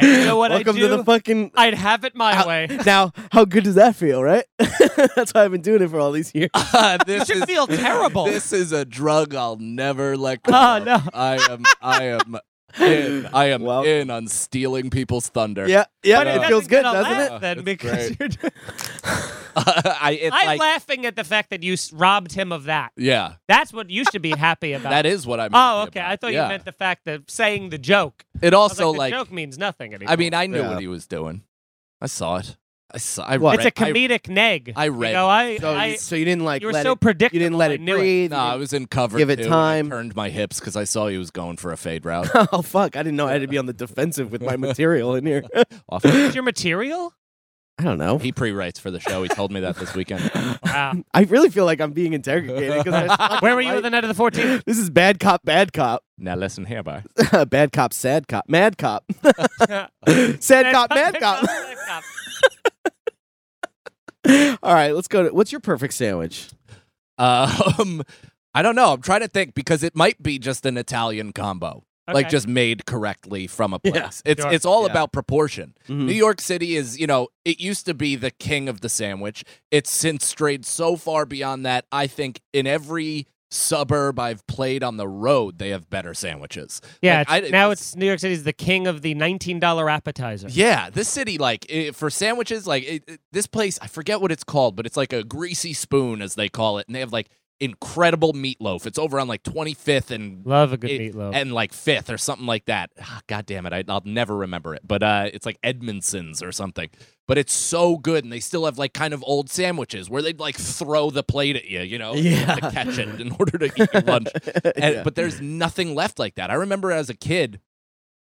And you know what
Welcome
I do?
to the fucking.
I'd have it my
Out-
way.
Now, how good does that feel, right? That's why I've been doing it for all these years.
You
Uh, this
should
is
feel terrible.
This is a drug I'll never let go.
Oh,
of.
no.
I am. I am. In, I am
Well-
in on stealing people's thunder.
Yeah, yeah,
But
it
it,
doesn't
feels
get
good,
a
doesn't
laugh
it?
Then
It's
because
great.
you're doing-
I, it's
I'm
like,
laughing at the fact that you s- robbed him of that.
yeah,
That's what you should be happy about.
that is what I'm.
oh,
happy
okay.
about.
I thought
Yeah.
you meant the fact that saying the joke.
It
I was
also
the
like,
joke means nothing anymore.
I mean, I knew
Yeah.
what he was doing. I saw it. I saw. I
What?
read,
it's a
I-
comedic neg.
I read
You know, I,
So,
I,
you, so you didn't like
you were
let
so
it,
predictable.
you didn't let
I
it
knew
breathe.
No, I was in cover.
Give it
two, and
time.
I turned my hips because I saw he was going for a fade route.
oh fuck! I didn't know I had to be on the defensive with my material in here.
Off-
Is your material?
I don't know.
he pre-writes for the show. He told me that this weekend.
Wow.
I really feel like I'm being interrogated because
Where were you the night of the 14th?
this is bad cop, bad cop,
Now listen here, boy.
bad cop, sad cop, mad cop, sad cop, mad cop. All right, let's go to what's your perfect sandwich?
Um, I don't know. I'm trying to think because it might be just an Italian combo, like
Okay.
just made correctly from a
Yeah.
place. It's
Sure.
it's all
Yeah. Hmm.
about proportion.
Mm-hmm.
New York City is, you know, it used to be the king of the sandwich. It's since strayed so far beyond that. I think in every suburb I've played on the road, they have better sandwiches.
Yeah,
Like,
it's-
I-
now it's New York City's the king of the $19 appetizer.
Yeah, this city, like it, for sandwiches, like it, it- this place, I forget what it's called, but it's like a greasy spoon, as they call it, and they have like incredible meatloaf. It's over on like 25th and
Love a good
it-
meatloaf.
and like fifth or something like that. Ah, God damn it, I, I'll never remember it. But uh, it's like Edmondson's or something. But it's so good, and they still have like kind of old sandwiches where they'd like throw the plate at you, you know,
Yeah.
to catch it in order to eat your lunch. And,
Yeah.
But there's nothing left like that. I remember as a kid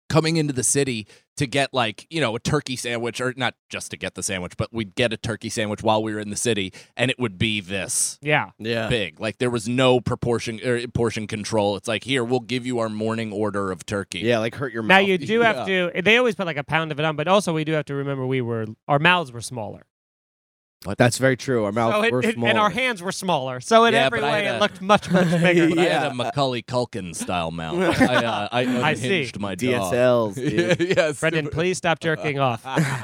coming into the city to get like you know a turkey sandwich or not just to get the sandwich but we'd get a turkey sandwich while we were in the city and it would be this
yeah.
Yeah.
big. Like there was no proportion er, portion control. It's like here we'll give you our morning order of turkey.
Yeah, like hurt your mouth.
Now you do have to. They always put like a pound of it on, but also we do have to remember we were our mouths were smaller,
That's very true. Our mouth
so it,
were
it-
small.
and our hands were smaller. So in
Yeah,
every
but I
way,
had
it
a-
looked much much bigger.
But I had
Yeah.
a Macaulay Culkin style mouth. I, uh, I
I see.
unhinged my jaw.
DSLs.
yeah,
dude.
yes.
Brendan, please stop jerking off.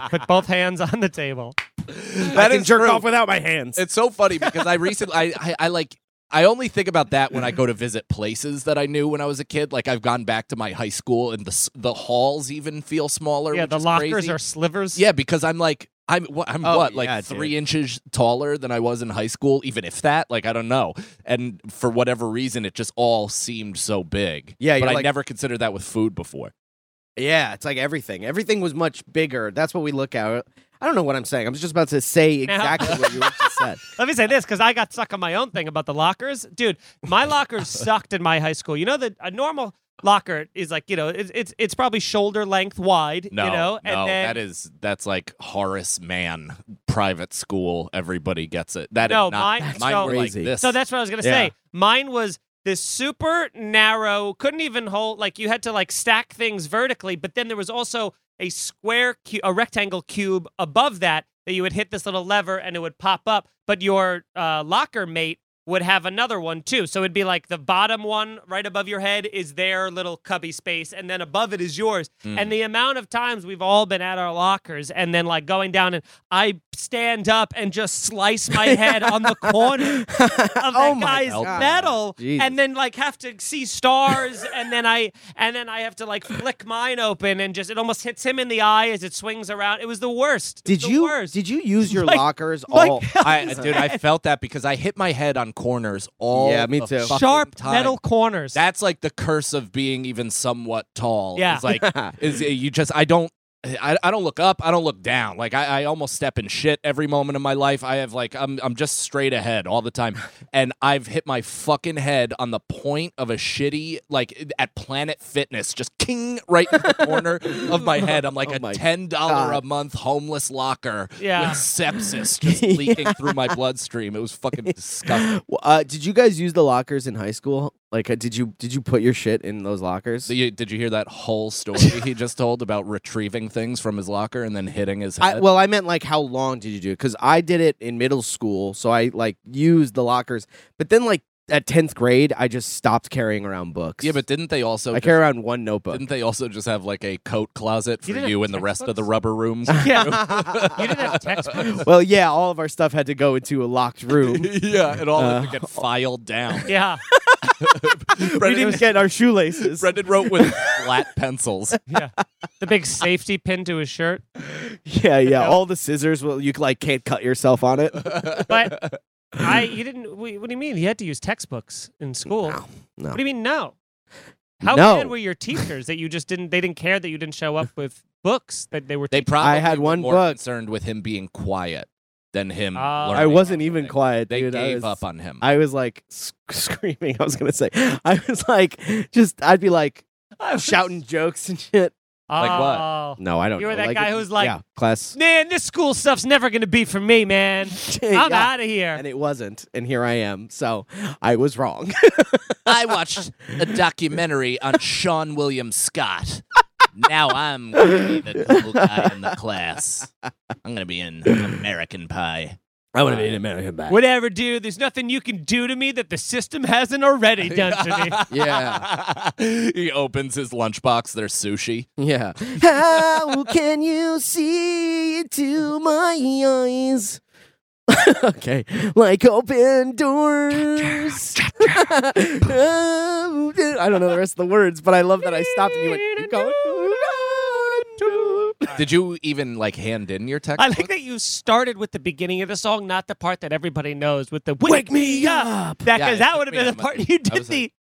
Put both hands on the table.
I
That
can
is
jerk
true.
off without my hands.
It's so funny because I recently, I, I, I like, I only think about that when I go to visit places that I knew when I was a kid. Like I've gone back to my high school, and the s- the halls even feel smaller.
Yeah,
which
the
is
lockers
crazy.
are slivers.
Yeah, because I'm like I'm what I'm
Oh,
what
yeah,
like
dude.
three inches taller than I was in high school, even if that like I don't know. And for whatever reason, it just all seemed so big.
Yeah,
but
you're
I
like-
never considered that with food before.
yeah, it's like everything. Everything was much bigger. That's what we look at. I don't know what I'm saying. I'm just about to say
Now-
exactly what you just said.
Let me say this because I got stuck on my own thing about the lockers, dude. My lockers sucked in my high school. You know that a normal locker is like you know it's it's, it's probably shoulder length wide.
No,
you know,
no,
and then,
that is that's like Horace Mann private school. Everybody gets it. That is
No,
not
mine-
mine
so-
were like
Crazy.
this.
So that's what I was gonna
Yeah.
say. Mine was this super narrow, couldn't even hold. Like you had to like stack things vertically, but then there was also a square, cu- a rectangle cube above that that you would hit this little lever and it would pop up. But your uh, locker mate would have another one too. So it'd be like the bottom one right above your head is their little cubby space, and then above it is yours.
Hmm.
Mm.
And the amount of times we've all been at our lockers and then like going down and I stand up and just slice my head on the corner of that
oh my
guy's
God.
metal
Jesus.
and then like have to see stars and then I and then I have to like flick mine open and just it almost hits him in the eye as it swings around. It was the worst. It was
Did
the
you
worst.
did you use your
Like-
lockers
like-
all?
I, dude, I felt that because I hit my head on corners all
Yeah, me
the
too.
fucking
sharp
time.
metal corners?
That's like the curse of being even somewhat tall.
Yeah.
It's like is uh, you just I don't I, I don't look up, I don't look down. Like I, I almost step in shit every moment of my life. I have like I'm I'm just straight ahead all the time. And I've hit my fucking head on the point of a shitty like at Planet Fitness, just king right in the corner of my head. I'm like
Oh my
a ten dollar a month homeless locker
Yeah.
with sepsis just leaking through my bloodstream. It was fucking disgusting.
Well, uh, did you guys use the lockers in high school? Like, uh, did you did you put your shit in those lockers?
So you- did you hear that whole story he just told about retrieving things from his locker and then hitting his head?
I, well, I meant like how long did you do? Because I did it in middle school, so I like used the lockers. But then like at tenth grade, I just stopped carrying around books.
yeah, but didn't they also
I
just-
carry around one notebook.
didn't they also just have like a coat closet for
You
you,
didn't have
and the rest of the
textbooks?
rubber rooms?
Yeah. you didn't have textbooks.
well, yeah, all of our stuff had to go into a locked room.
yeah, it all had to
Uh,
get filed down.
Yeah.
we
Brendan,
didn't get our shoelaces.
Brendan wrote with flat pencils.
Yeah. The big safety pin to his shirt.
yeah, yeah, all the scissors. Well, you like can't cut yourself on it.
But I you didn't we, what do you mean? You had to use textbooks in school.
no.
What do you mean no? How
No.
bad were your teachers that you just didn't they didn't care that you didn't show up with books that they were
They
teaching?
probably
I had
were
one
more
book.
concerned with him being quiet than him.
Oh.
learning
I wasn't even
something.
quiet.
They
dude. I
gave
was-
up on him.
I was like sc- screaming. I was gonna say. I was like, just I'd be like shouting jokes and shit.
like what?
Oh.
No, I don't.
You were
know.
that guy who's like-
yeah, class.
Man, this school stuff's never gonna be for me, man. I'm
Yeah.
out of here.
And it wasn't, and here I am. So I was wrong.
I watched a documentary on Sean William Scott. Now I'm gonna be the cool guy in the class. I'm gonna be in American Pie.
I want to be an American back.
Whatever, dude. There's nothing you can do to me that the system hasn't already done to me.
Yeah. he opens his lunchbox. There's sushi.
Yeah. How can you see into my eyes? okay. Like open doors. Oh, dude. I don't know the rest of the words, but I love that I stopped and you went, keep going.
Did you even like hand in your
I
textbook?
like that you started with the beginning of the song, not the part that everybody knows with the "Wake,
Wake me up.
That,
Yeah,
'cause
it
that
took
would have
me
been
a
the part
minute.
you
I
did
was
the.
like-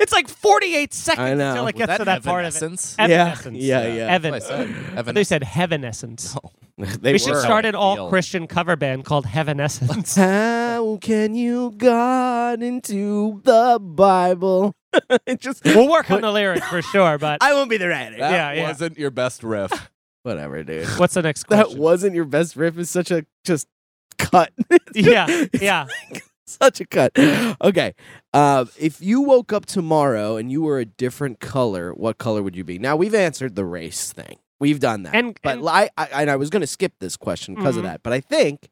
It's like 48 seconds
I know.
until it
Was
gets to that part of it.
Evanescence?
Yeah.
Evanescence.
Yeah, yeah.
Evan.
That's what I said.
But they
Evanescence.
said Heavenessence.
They
we should
were.
start an
Feel.
all Christian cover band called Heavenessence.
How can you God into the Bible? it just
we'll work on the lyrics for sure, but
I won't be the writer.
That
Yeah, yeah.
wasn't your best riff.
Whatever, dude.
what's the next
That
question?
wasn't your best riff is such a just cut.
yeah, yeah.
such a cut. Okay. Um, if you woke up tomorrow and you were a different color, what color would you be? Now we've answered the race thing. We've done that.
And-
but
and-
li- I, I and I was going to skip this question because
Mhm.
of that. But I think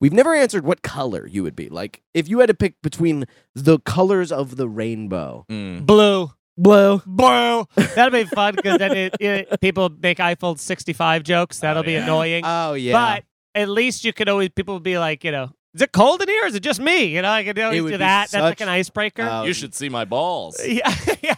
we've never answered what color you would be. Like if you had to pick between the colors of the rainbow.
Mm.
Blue.
Blue.
Blue. That'll be fun because then it, it- people make Eiffel 65 jokes. That'll be
yeah.
annoying.
Oh yeah.
But at least you could always, people would be like, you know, is it cold in here? Is it just me? You know, I could always
would
do
be
that. That's like
such-
an icebreaker.
Oh,
You should see my balls.
yeah, yeah.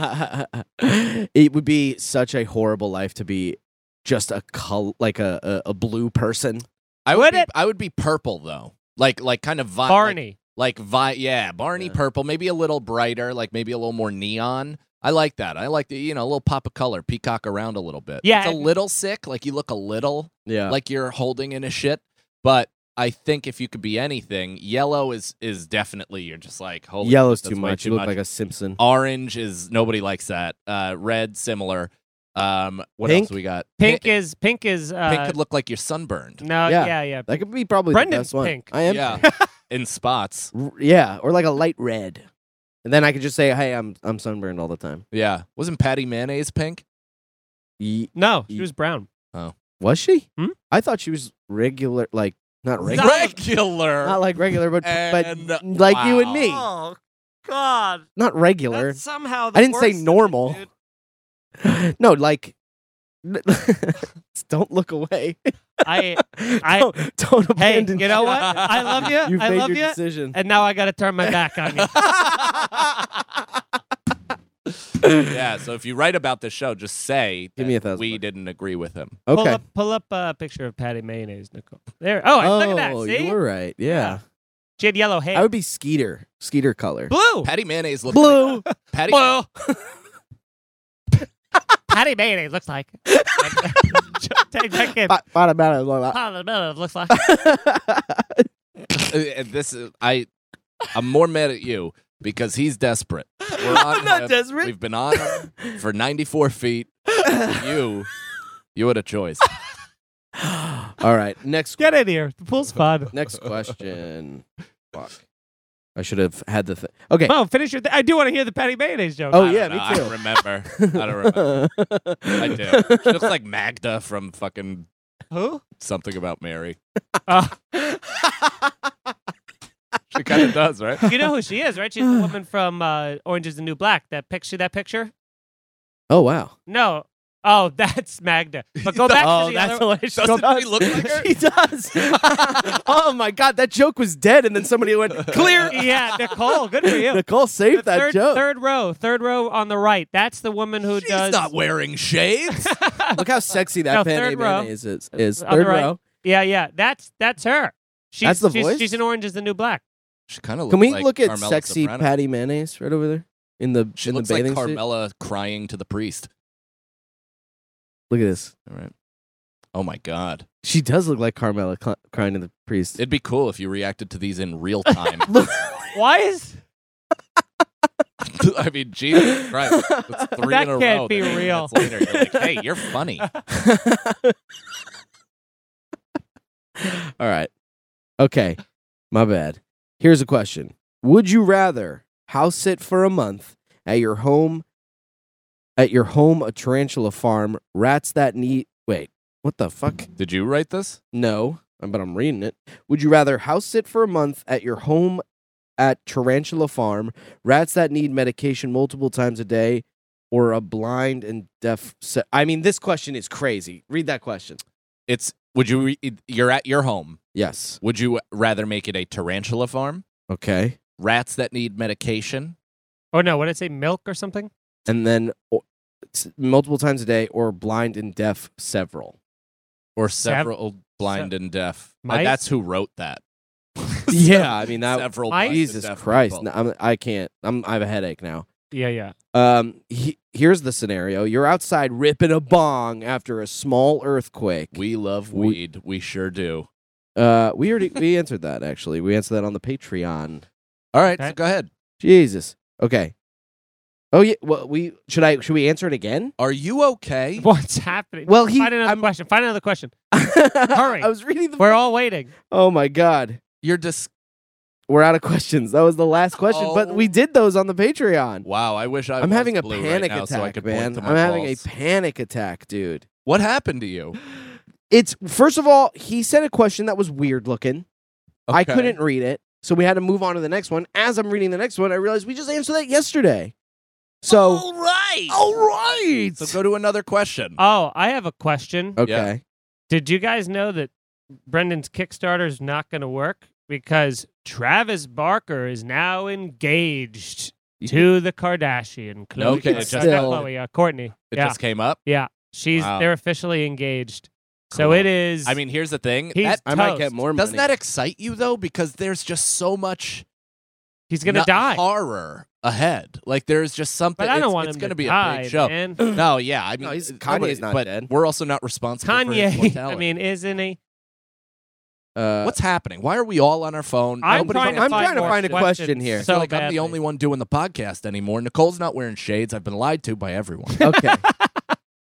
it would be such a horrible life to be just a col- like a, a, a blue person.
I
Would
would. Be,
it?
I would be purple though. Like like kind of vi-
Barney.
Like, like vi- yeah, Barney
Yeah.
purple. Maybe a little brighter. Like maybe a little more neon. I like that. I like the you know a little pop of color, peacock around a little bit.
Yeah,
it's a
and-
little sick. Like you look a little
Yeah.
like you're holding in a shit. But I think if you could be anything, yellow is is definitely you're just like holy.
Yellow's
shit,
too
that's way
much. Oh, You look like a Simpson.
orange is nobody likes that. Uh, red similar. Um, what
Pink?
else we got?
Pink is pink is uh,
Pink could look like you're sunburned
no
Yeah.
yeah yeah, yeah.
That could be probably
Brendan's
the best
pink.
one. I am.
Yeah. in spots.
R- yeah, or like a light red, and then I could just say, "Hey, I'm I'm sunburned all the time."
Yeah, wasn't Patty Mayonnaise pink?
Ye-
No, she
Ye-
was brown.
was she?
Hmm?
I thought she was regular, like not regular,
Regular.
not like regular, but
And-
but like you and me,
Oh God!
not regular.
somehow
I didn't say normal. no, like. don't look away.
I I-
don't, don't
hey,
abandon.
you know what? I love you.
You've
I
made
love
your
you.
decision.
And now I got to turn my back on you.
yeah. So if you write about this show, just say
Give me a
that
thousand
we
bucks.
didn't agree with him.
Pull
Okay.
up, pull up a picture of Patty Mayonnaise, Nicole. There. Oh, look at that.
Oh,
See,
you were right. Yeah.
she had yellow hair.
I would be Skeeter. Skeeter color.
Blue.
Patty Mayonnaise looked
Blue.
Patty.
Blue. Patty Mayonnaise looks like. Take that kid.
Ba- bada- bada- blah, blah.
Patty Mayonnaise looks like.
Uh, uh, this is I. I'm more mad at you because he's desperate. We're on
I'm not
him.
desperate.
We've been on him for 94 feet. You, you had a choice.
All right. Next.
Get in here. The pool's fun.
Next question. Fuck. I should have had the thing. Okay.
Mo, finish your. Th- I do want to hear the patty mayonnaise joke.
Oh,
I don't
yeah,
know.
me
I don't
too.
remember. I don't remember. I do. She looks like Magda from fucking
Who?
something about Mary.
Uh,
She kind of does, right?
you know who she is, right? She's the woman from uh, Orange Is the New Black. That picture. That picture.
Oh wow.
No. Oh, that's Magda. But go back
oh,
to the
that's
other.
hilarious.
Doesn't she look like her?
She does. oh my god, that joke was dead, and then somebody went clear.
yeah, Nicole. Good for you.
Nicole saved that
third,
joke.
third row, third row on the right. That's the woman who
She's
does.
not wearing shades.
Look how sexy
No,
that
third
pan
row.
mayonnaise is. Is
On the
third
right.
row.
yeah, yeah. That's that's her. She's,
That's the
she's,
voice?
She's in Orange Is the New Black.
She kind of
Can
looks
we
like
look at
Carmela
sexy
Soprano.
patty mayonnaise right over there in the
She
in
looks
the
like
bathing suit?
Carmela crying to the priest.
Look at this.
All right. Oh my god.
She does look like Carmela cl- crying to the priest.
It'd be cool if you reacted to these in real time.
Look-
Why is
I mean, Jesus Christ. That's three
That
in a
can't
row.
be
that eight
real.
minutes Later, you're like, hey, you're funny.
All right. Okay. My bad. Here's a question. Would you rather house sit for a month at your home at your home a tarantula farm, rats that need wait, what the fuck?
Did you write this?
No, but I'm reading it. Would you rather house sit for a month at your home at Tarantula Farm, rats that need medication multiple times a day, or a blind and deaf? Se- I mean, this question is crazy. Read that question.
It's would you? Re- you're at your home.
Yes.
Would you rather make it a tarantula farm?
Okay.
Rats that need medication.
Oh no, what did it say? Milk or something?
And then o- s- multiple times a day, or blind and deaf several.
or
Sev-
several blind and deaf. Uh,
Mice?
that's who wrote that.
yeah, I mean that.
several.
Mice?
blind and
Jesus
deaf
Christ!
people.
No, I'm, I can't. I'm, I have a headache now.
Yeah, yeah.
Um, he, here's the scenario: You're outside ripping a bong after a small earthquake.
We love
We-
weed. We sure do.
Uh, we already we answered that actually. We answered that on the Patreon.
All right,
Okay.
so go ahead.
Jesus. Okay. Oh yeah. Well, we should I should we answer it again?
Are you okay?
What's happening?
Well, he.
Find another
I'm-
question. Find another question.
I was reading the.
We're all waiting.
oh my god.
You're just.
We're out of questions. That was the last question, but
Oh.
we did those on the Patreon.
Wow, I wish I.
I'm
was
having a
blue right
panic
now
attack,
so I could point
man.
to
I'm
my
having a
balls.
panic attack, dude.
what happened to you?
It's first of all, he sent a question that was weird looking. I
Okay.
couldn't read it, so we had to move on to the next one. As I'm reading the next one, I realized we just answered that yesterday. So
All right. Oh, All right. So go to another question.
Oh, I have a question.
Okay.
Yeah.
Did you guys know that Brendan's Kickstarter is not going to work because Travis Barker is now engaged to the Kardashian Khloe.
Okay,
Kardashian-
just-
not
still-
Khloe, uh, Courtney.
it
yeah,
just came up.
she's
Wow.
they're officially engaged.
Cool.
So it is.
I mean, here's the thing.
He's-
That,
I might
Toast.
get more money.
doesn't that excite you though? Because there's just so much.
he's going to
not-
die.
Horror ahead. Like there's just something.
but I don't
it's-
want
it's
him
gonna
to
be
die,
a big show.
man.
No, yeah, I mean, uh,
No, he's-
nobody-
Kanye's not
but
dead.
We're also not responsible. for his
Kanye, I
mortality.
mean, isn't he?
Uh,
what's happening? Why are we all on our phone?
I'm
Nobody's
trying
on
to
our
I'm
find,
trying to
more
find a
questions
question here.
phone. I
So
feel like I'm
badly.
the only one doing the podcast anymore. Nicole's not wearing shades. I've been lied to by everyone.
okay.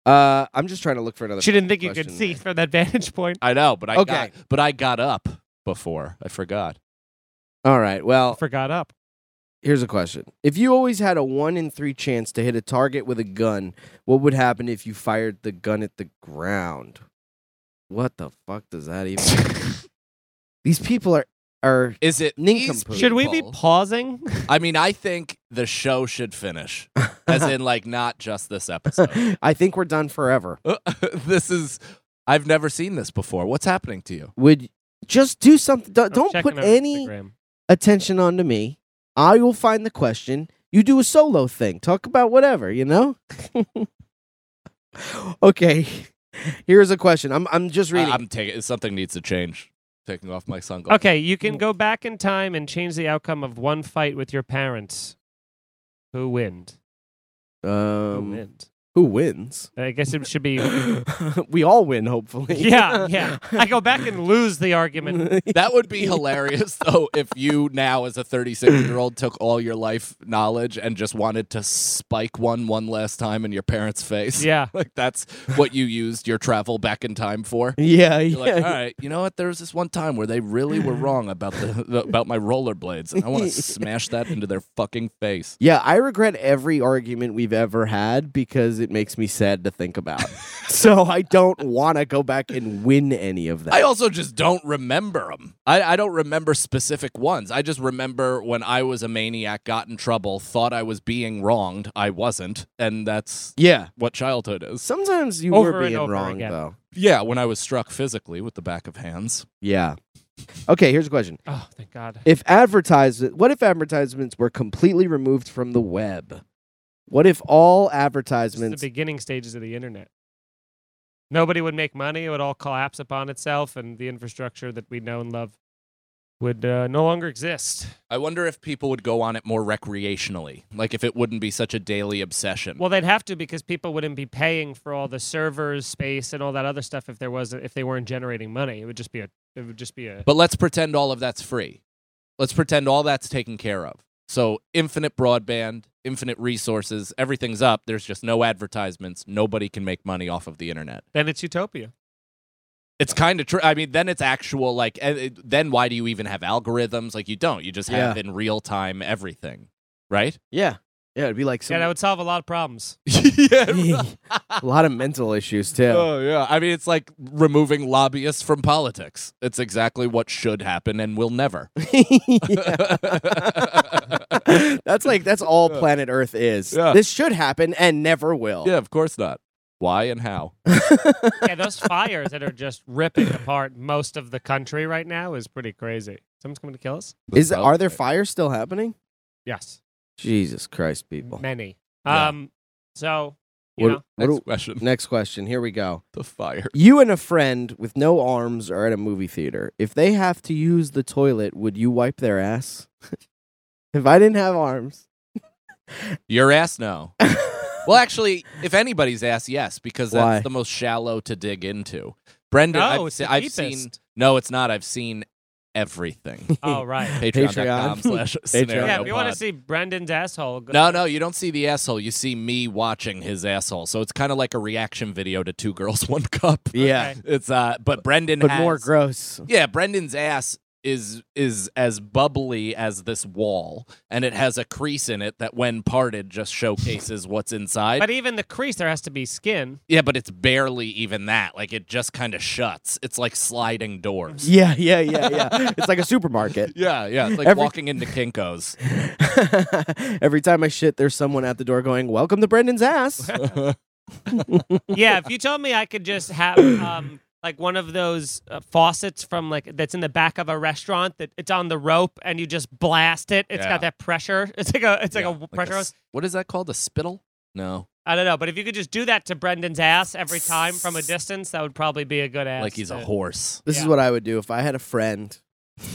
uh, I'm just trying to look for another.
She didn't think you could
question
see
there.
from that vantage point.
I know, but I
Okay.
got, but I got up before. I forgot.
All right. Well,
Forgot up.
here's a question: If you always had a one in three chance to hit a target with a gun, what would happen if you fired the gun at the ground? What the fuck does that even? These people are are.
Is it
Nincompoop.
these
Should we be
people?
pausing?
Uh,
I mean, I think the show should finish, as in, like, not just this episode.
I think we're done forever.
this is. I've never seen this before. What's happening to you?
Would just do something. Don't,
I'm
don't
checking
put
on
any.
Instagram.
attention onto me. I will find the question. You do a solo thing. Talk about whatever, you know? okay. Here's a question. I'm I'm just reading.
I, am taking. Something needs to change. Taking off my sunglasses.
Okay, you
Mm.
can go back in time and change the outcome of one fight with your parents. Who winned? Who
um
winned?
Who wins?
I guess it should be.
we all win, hopefully.
Yeah, yeah. I go back and lose the argument.
That would be hilarious, though, if you now, as a 36 year old, took all your life knowledge and just wanted to spike one one last time in your parents' face.
Yeah.
Like, that's what you used your travel back in time for.
Yeah, yeah.
You're like, all right, you know what? There was this one time where they really were wrong about the, the about my rollerblades, and I want to smash that into their fucking face.
Yeah, I regret every argument we've ever had because it makes me sad to think about. so I don't want to go back and win any of that.
I also just don't remember them. I, I don't remember specific ones. I just remember when I was a maniac, got in trouble, thought I was being wronged. I wasn't. And that's
yeah.
what childhood is.
Sometimes you
Over
were
and
being
over
wrong,
again.
though.
Yeah, when I was struck physically with the back of hands.
Yeah. Okay, here's a question.
Oh, thank God.
If advertisement, what if advertisements were completely removed from the web? What if all
It's the
advertisements?
beginning stages of the internet. Nobody would make money. It would all collapse upon itself, and the infrastructure that we know and love would uh, no longer exist.
I wonder if people would go on it more recreationally, like if it wouldn't be such a daily obsession.
Well, they'd have to because people wouldn't be paying for all the servers, space, and all that other stuff if there was if they weren't generating money. It would just be a it would just be a
But let's pretend all of that's free. Let's pretend all that's taken care of. So, infinite broadband, infinite resources, everything's up. There's just no advertisements. Nobody can make money off of the internet.
then it's utopia.
It's kind of true. I mean, then it's actual, like, eh, eh, then why do you even have algorithms? Like, you don't. You just have
Yeah.
in real time everything, right?
Yeah, yeah, it'd be like some,
yeah, that would solve a lot of problems.
yeah.
a lot of mental issues too.
Oh yeah. I mean, it's like removing lobbyists from politics. It's exactly what should happen and will never.
Uh,
yeah,
that's like that's all planet Earth is.
Yeah.
This should happen and never will.
of course not. Why and how?
yeah, those fires that are just ripping apart most of the country right now is pretty crazy. Someone's coming to kill us.
Is are there fires still happening?
Yes,
Jesus Christ, people.
many.
Oh. Yeah.
Um, so you
What-
know,
what
Next
do-
question.
next question. Here we go.
The fire.
You and a friend with no arms are at a movie theater. If they have to use the toilet, would you wipe their ass? if I didn't have arms,
Your ass no. Well, actually, if anybody's ass, yes, because that's
Why?
the most shallow to dig into. Brendan,
No,
I've,
it's
se-
the
I've seen.
deepest.
No, it's not. I've seen everything.
oh right.
Patreon.com slash scenario
Yeah, if you want
pod.
to see Brendan's asshole, go-
No, no, you don't see the asshole. You see me watching his asshole. So it's kind of like a reaction video to Two Girls One Cup.
yeah,
Okay.
It's uh, but Brendan,
but
has-
more gross.
Yeah, Brendan's ass is is as bubbly as this wall, and it has a crease in it that, when parted, just showcases what's inside.
But even the crease, there has to be skin.
yeah, but it's barely even that. Like it just kind of shuts. It's like sliding doors.
Yeah, yeah, yeah, yeah. it's like a supermarket.
Yeah, yeah. It's like
Every-
walking into Kinkos.
Every time I shit, there's someone at the door going, "Welcome to Brendan's ass."
yeah, if you told me I could just have um, like one of those uh, faucets from like that's in the back of a restaurant that it's on the rope and you just blast it. It's
Yeah.
got that pressure. It's like a it's like
Yeah,
a pressure. hose.
s- What is that called? A spittle? No.
I don't know, but if you could just do that to Brendan's ass every time from a distance, that would probably be a good ass.
Like he's a
too.
horse.
This is
Yeah.
what I would do if I had a friend.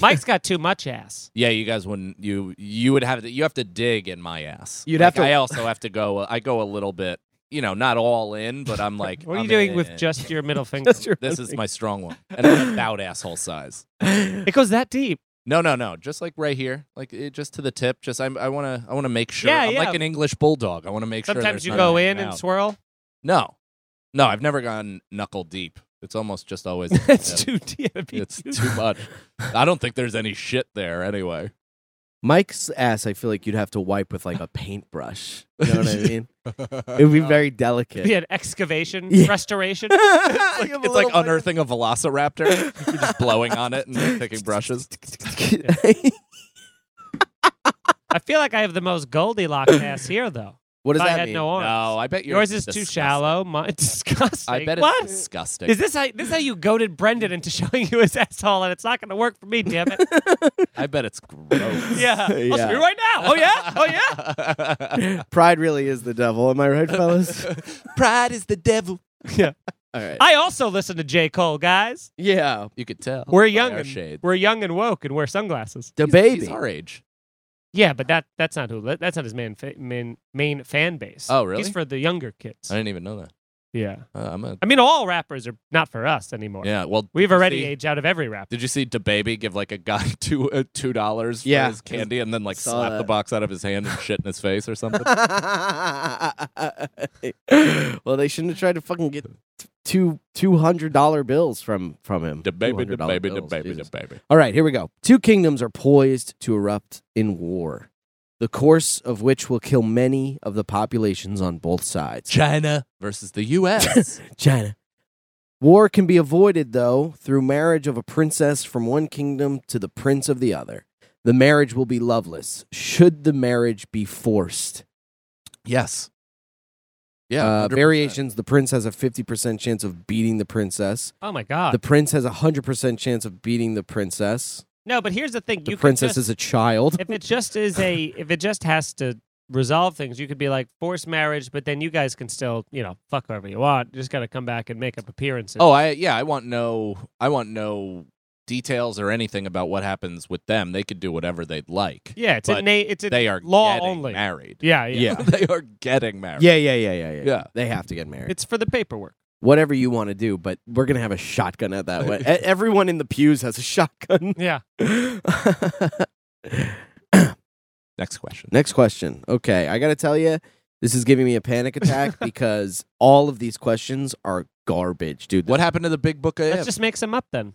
Mike's got too much ass.
Yeah, you guys wouldn't. You you would have to. You have to dig in my ass.
You'd
Like,
have to-
I also have to go. I go a little bit. You know, not all in, but I'm like.
What are
I'm
you doing
in
with
it.
just your middle finger?
This is my strong one, and I'm about asshole size.
It goes that deep.
No, no, no. Just like right here, like it, just to the tip. Just I'm, I want to. I want to make sure.
Yeah,
I'm
yeah.
like an English bulldog. I want to make sure.
Sometimes
there's
you
nothing
go in
hanging
and
out.
swirl.
No, no. I've never gone knuckle deep. It's almost just always.
That's too deep.
It's too much. I don't think there's any shit there anyway.
Mike's ass, I feel like you'd have to wipe with like a paintbrush. You know what I mean? It would be very delicate.
Yeah, excavation,
Yeah.
restoration.
it's
like, it's like unearthing a velociraptor. You're just blowing on it and picking brushes.
I feel like I have the most Goldilocks ass here, though.
what does
I
that
had
mean?
no arms.
No, I bet
Yours
yours
is too shallow. Mine, it's disgusting.
I bet it's
what?
disgusting.
Is this how, this how you goaded Brendan into showing you his asshole, and it's not going to work for me, damn it?
I bet it's gross.
Yeah. I'll
Yeah.
screw you right now. Oh, yeah? Oh, yeah?
yeah.
Pride really is the devil. Am I right, fellas?
Pride is the devil.
All right.
I also listen to J. Cole, guys.
yeah.
You could tell.
We're
by
young
our
and
shades.
we're young and woke and wear sunglasses.
The
He's-
baby.
He's our age.
Yeah, but that that's not who. That's not his main fa- main main fan base.
Oh, really?
He's for the younger kids.
I didn't even know that.
yeah,
Uh, I'm a
I mean, all rappers are not for us anymore.
yeah. Well,
We've
did you
already
see-
aged out of every rapper.
Did you see DeBaby give like a guy two uh, two dollars for
Yeah.
his candy and then like
Saw
slap the
that.
box out of his hand and shit in his face or something?
well, they shouldn't have tried to fucking get t- two two hundred dollar bills from from him.
DeBaby,
$200
DeBaby,
bills,
DeBaby,
Jesus.
DeBaby.
All right, here we go. Two kingdoms are poised to erupt in war, the course of which will kill many of the populations on both sides.
China versus the
Uh,
U.S.
China. War can be avoided, though, through marriage of a princess from one kingdom to the prince of the other. The marriage will be loveless, should the marriage be forced.
yes. Yeah.
uh,
100%.
variations the prince has a 50% chance of beating the princess.
Oh my
Ah.
god.
The prince has a 100% chance of beating the princess.
no, but here's the thing.
The
you could
princess
just-
is a child.
if it just is a if it just has to resolve things, you could be like forced marriage, but then you guys can still you know fuck whoever you want. You just got to come back and make up appearances.
Oh, I yeah. I want no. I want no details or anything about what happens with them. They could do whatever they'd like.
yeah, it's
but
in na- it's in
They are
law
getting
only.
married.
Yeah, yeah,
they are getting married.
Yeah, yeah, yeah, yeah, yeah.
Yeah.
They have to get married.
It's for the paperwork.
Whatever you want to do, but we're going to have a shotgun at that way. E- Everyone in the pews has a shotgun.
Yeah.
Next question.
Next question. Okay, I gotta tell you, this is giving me a panic attack because all of these questions are garbage, dude.
What happened to the big book of
Let's
If?
just make some up then.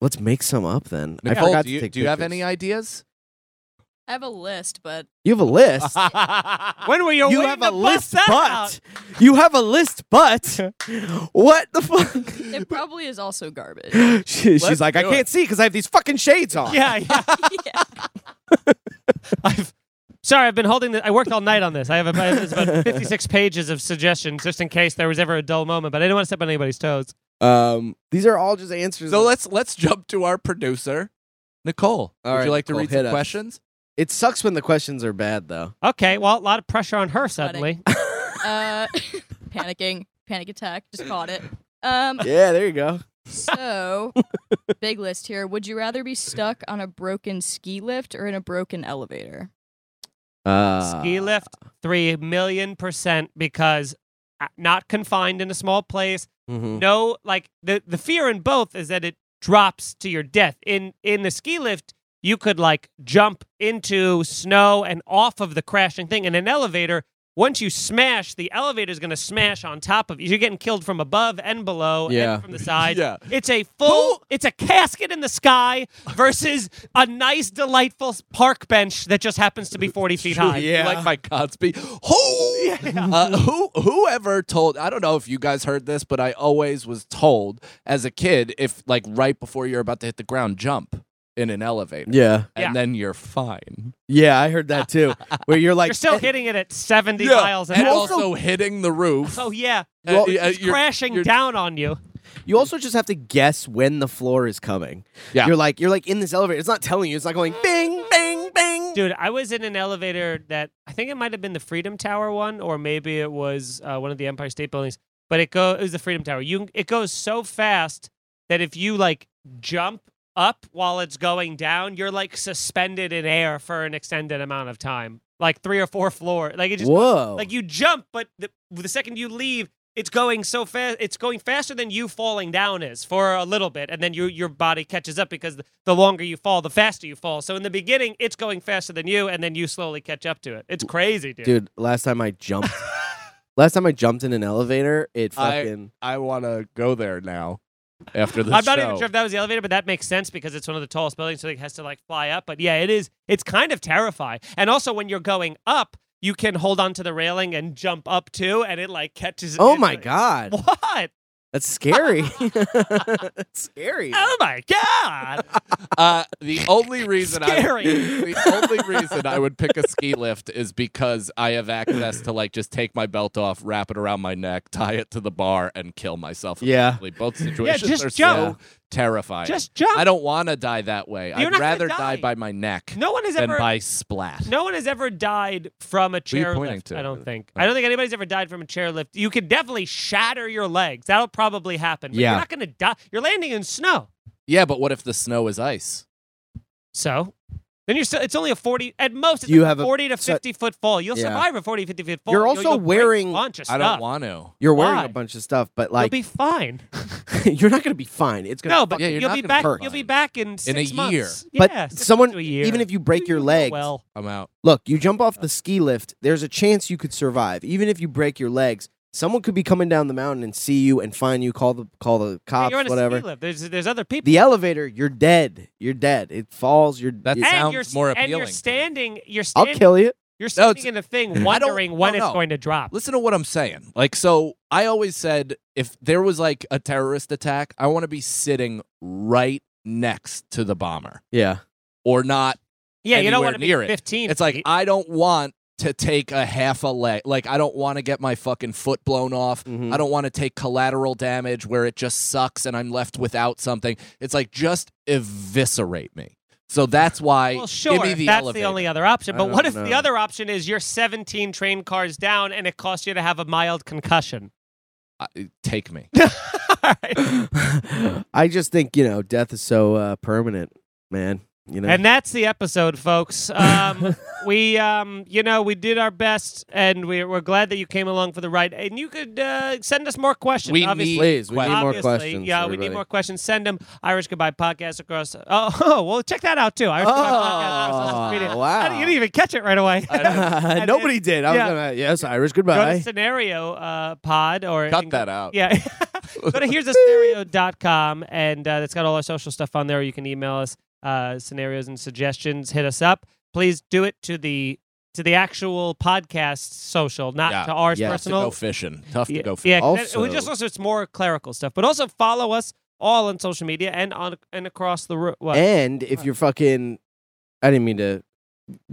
Let's make some up then. I
Nicole,
forgot
do
to
you,
take
do you have
pictures.
any ideas?
I have a list, but
You have a list.
When were you?
you
waiting
have
to
a
bust
list,
that
but
out?
you have a list, but what the fuck?
it probably is also garbage.
She- she's
Let's
like, I
do
can't
it.
see because I have these fucking shades on.
Yeah, yeah.
yeah.
I've sorry, I've been holding. The, I worked all night on this. I have about, there's about 56 pages of suggestions just in case there was ever a dull moment. But I didn't want to step on anybody's toes.
Um, these are all just answers.
So let's let's jump to our producer, Nicole.
All
would
right,
you like
Nicole,
to read
hit
some
us.
questions?
It sucks when the questions are bad, though.
Okay, well, a lot of pressure on her suddenly.
Uh, panicking, panic attack. Just caught it. Um,
yeah, there you go.
so big list here. Would you rather be stuck on a broken ski lift or in a broken elevator?
Uh,
Ski lift, three million percent, because uh, not confined in a small place.
mhm.
No, like the the fear in both is that it drops to your death. In in the ski lift, you could like jump into snow and off of the crashing thing. In an elevator, once you smash, the elevator is going to smash on top of you. You're getting killed from above and below,
Yeah.
and from the side.
Yeah.
It's a full, it's a casket in the sky versus a nice, delightful s- park bench that just happens to be 40 feet high.
You like my Cosby. Who, uh, who, whoever told? I don't know if you guys heard this, but I always was told as a kid, if like right before you're about to hit the ground, jump in an elevator,
Yeah.
and
Yeah.
then you're fine.
Yeah, I heard that too. Where you're like,
You're still hitting it at 70 miles an
and
hour.
also, hitting the roof.
oh, yeah.
Well,
It's
uh, you're-
crashing
you're-
down on you.
You also just have to guess when the floor is coming.
Yeah.
You're like, you're like in this elevator. It's not telling you. It's not going bing, bing, bing.
Dude, I was in an elevator that I think it might have been the Freedom Tower one, or maybe it was uh, one of the Empire State Buildings. But it go it was the Freedom Tower. You it goes so fast that if you like jump up while it's going down, you're like suspended in air for an extended amount of time, like three or four floor. Like it just
Whoa.
like you jump, but the, the second you leave, it's going so fast. It's going faster than you falling down is for a little bit, and then you, your body catches up because the, the longer you fall, the faster you fall. So in the beginning, it's going faster than you, and then you slowly catch up to it. It's crazy, dude.
Dude, last time I jumped. last time I jumped in an elevator, it
I-
fucking.
I want to go there now. After this,
I'm not even
show.
sure if that was the elevator, but that makes sense because it's one of the tallest buildings, so it has to like fly up. But yeah, it is. It's kind of terrifying. And also, when you're going up, you can hold onto the railing and jump up too, and it like catches.
oh
it's
my
like-
god,
What?
that's scary. that's scary.
Oh my god!
Uh, the only reason
Scary.
I the only reason I would pick a ski lift is because I have access to like just take my belt off, wrap it around my neck, tie it to the bar, and kill myself.
Yeah.
immediately. both situations
just
are
jump.
so terrifying.
Just jump.
I don't want to die that way.
not
I'd
gonna
rather
die.
die. by my neck
No one has
than
ever
by splat.
No one has ever died from a
are you
chair
pointing
lift.
to?
I don't think. I don't think anybody's ever died from a chair lift. You could definitely shatter your legs. That'll probably happen. But
Yeah.
You're not going to die. You're landing in snow.
Yeah, but what if the snow is ice?
So Then you're still, it's only a 40, at most, it's
You
like
have
a
a-
40 to
so-
50 foot fall. You'll
Yeah.
survive a 40, 50 foot fall.
You're
You'll-
also
you'll break
wearing-
a bunch of
I don't
stuff.
want to.
You're wearing
Why?
a bunch of stuff, but
you'll
like
be fine.
you're not going to be fine. It's going to
No, but
Yeah, you're
you'll
not
be
gonna
back.
hurt.
You'll be back in six
a
months.
year.
Yeah,
But
six
someone,
months to a year.
even if you break your legs,
well,
I'm out.
look, you jump off the ski lift. There's a chance you could survive, even if you break your legs. Someone could be coming down the mountain and see you and find you, call the call the
yeah,
cops,
you're on a
whatever.
ski lift. There's there's other people.
The elevator, you're dead. You're dead. It falls. You're.
That's-
it-
and
sounds
you're, s-
more
And you're
appealing.
standing. You're
I'll
standing.
kill you.
You're
No,
standing
it's-
in a thing,
I don't-
wondering when
no,
it's
no.
going to drop.
Listen to what I'm saying. Like, so I always said if there was like a terrorist attack, I want to be sitting right next to the bomber
Yeah.
or not.
Yeah, you don't
anywhere
want to be
near it.
15.
It's like,
feet.
I don't want to take a half a leg. Like, I don't want to get my fucking foot blown off.
Mm-hmm.
Mm-hmm.
I don't want to take collateral damage where it just sucks and I'm left without something. It's like, just eviscerate me. So that's why
well, sure,
give me
if
the
that's the
elevator.
only other option.
I
But what
don't
if the
know.
other option is you're 17 train cars down and it costs you to have a mild concussion?
Uh, take me.
All right.
I just think you know death is so uh, permanent, man. You know.
And that's the episode, folks. Um, we, um, you know, we did our best, and we, we're glad that you came along for the ride. And you could uh, send us more questions.
We
obviously.
need
Please, we need
questions.
more
Obviously,
questions.
Yeah, we need
everybody.
more questions. Send them. Irish Goodbye Podcast across. Oh, well, check that out too. Irish Goodbye Podcast across social media.
Oh,
I
wow.
didn't- You didn't even catch it right away. And
Nobody did. I
yeah.
was gonna, yes, Irish,
Go to
goodbye.
scenario uh, pod or
Cut that out.
Yeah. Go to here's a scenario.com and uh, that's got all our social stuff on there. You can email us uh, scenarios and suggestions. Hit us up. Please do it to the to the actual podcast social, not
Yeah.
to ours
Yeah. Tough to
personal.
Go fishing. Tough
yeah,
to go fishing.
yeah, 'cause that- we
Also-
just also it's more clerical stuff, but also follow us all on social media and on and across the ro- well,
And if you're fucking, I didn't mean to.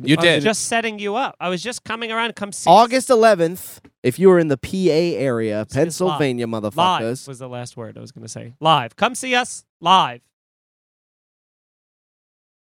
You
I was
did.
just setting you up. I was just coming around. Come see us
August 11th, if you were in the PA area,
See us live.
Pennsylvania,
live
motherfuckers.
was the last word I was going to say. Live, come see us live.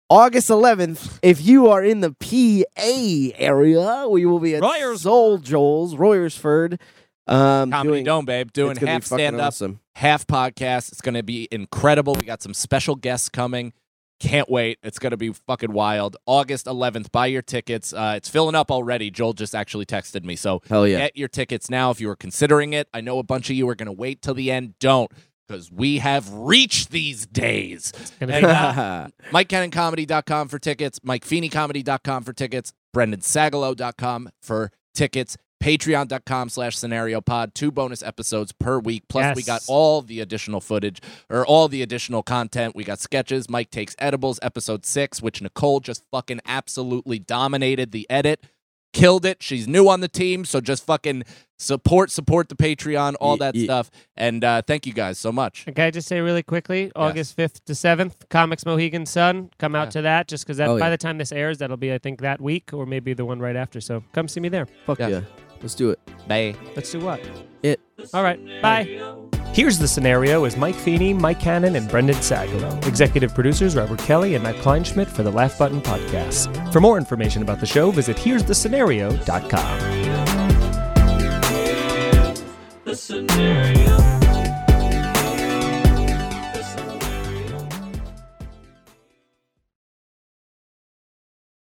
August 11th, if you are in the PA area, we will be at
Royersford.
Soul Joel's, Royersford. Um,
Comedy
doing,
Dome, babe.
it's
Doing
gonna be
half
fucking
stand up,
Awesome.
half podcast. It's going to be incredible. We got some special guests coming. Can't wait. It's going to be fucking wild. August 11th. Buy your tickets. Uh, it's filling up already. Joel just actually texted me. So
Hell yeah.
get your tickets now if you were considering it. I know a bunch of you are going to wait till the end. Don't, because we have reached these days.
gonna
And, uh, MikeKennonComedy.com for tickets, MikeFeeneyComedy.com for tickets, BrendanSagalo.com for tickets, Patreon.com slash scenario pod, two bonus episodes per week. Plus, we
Yes.
got all the additional footage or all the additional content. We got sketches, Mike Takes Edibles, episode six, which Nicole just fucking absolutely dominated the edit. Killed it. She's new on the team, so just fucking support, support the Patreon, all
Ye-
that
ye-
stuff. And uh, thank you guys so much.
And Can I just say really quickly, August 5th to 7th, Comics Mohegan Sun, come out
Yeah.
to that just because that,
Oh,
by
yeah.
the time this airs, that'll be, I think, that week or maybe the one right after. So come see me there.
Fuck
yeah.
yeah. Let's do it.
Bye.
Let's do what?
It.
All right. Bye. Here's the Scenario is Mike Feeney, Mike Cannon, and Brendan Sagalow. Executive producers Robert Kelly and Matt Kleinschmidt for the Laugh Button Podcast. For more information about the show, visit here'sthescenario.com.
The scenario.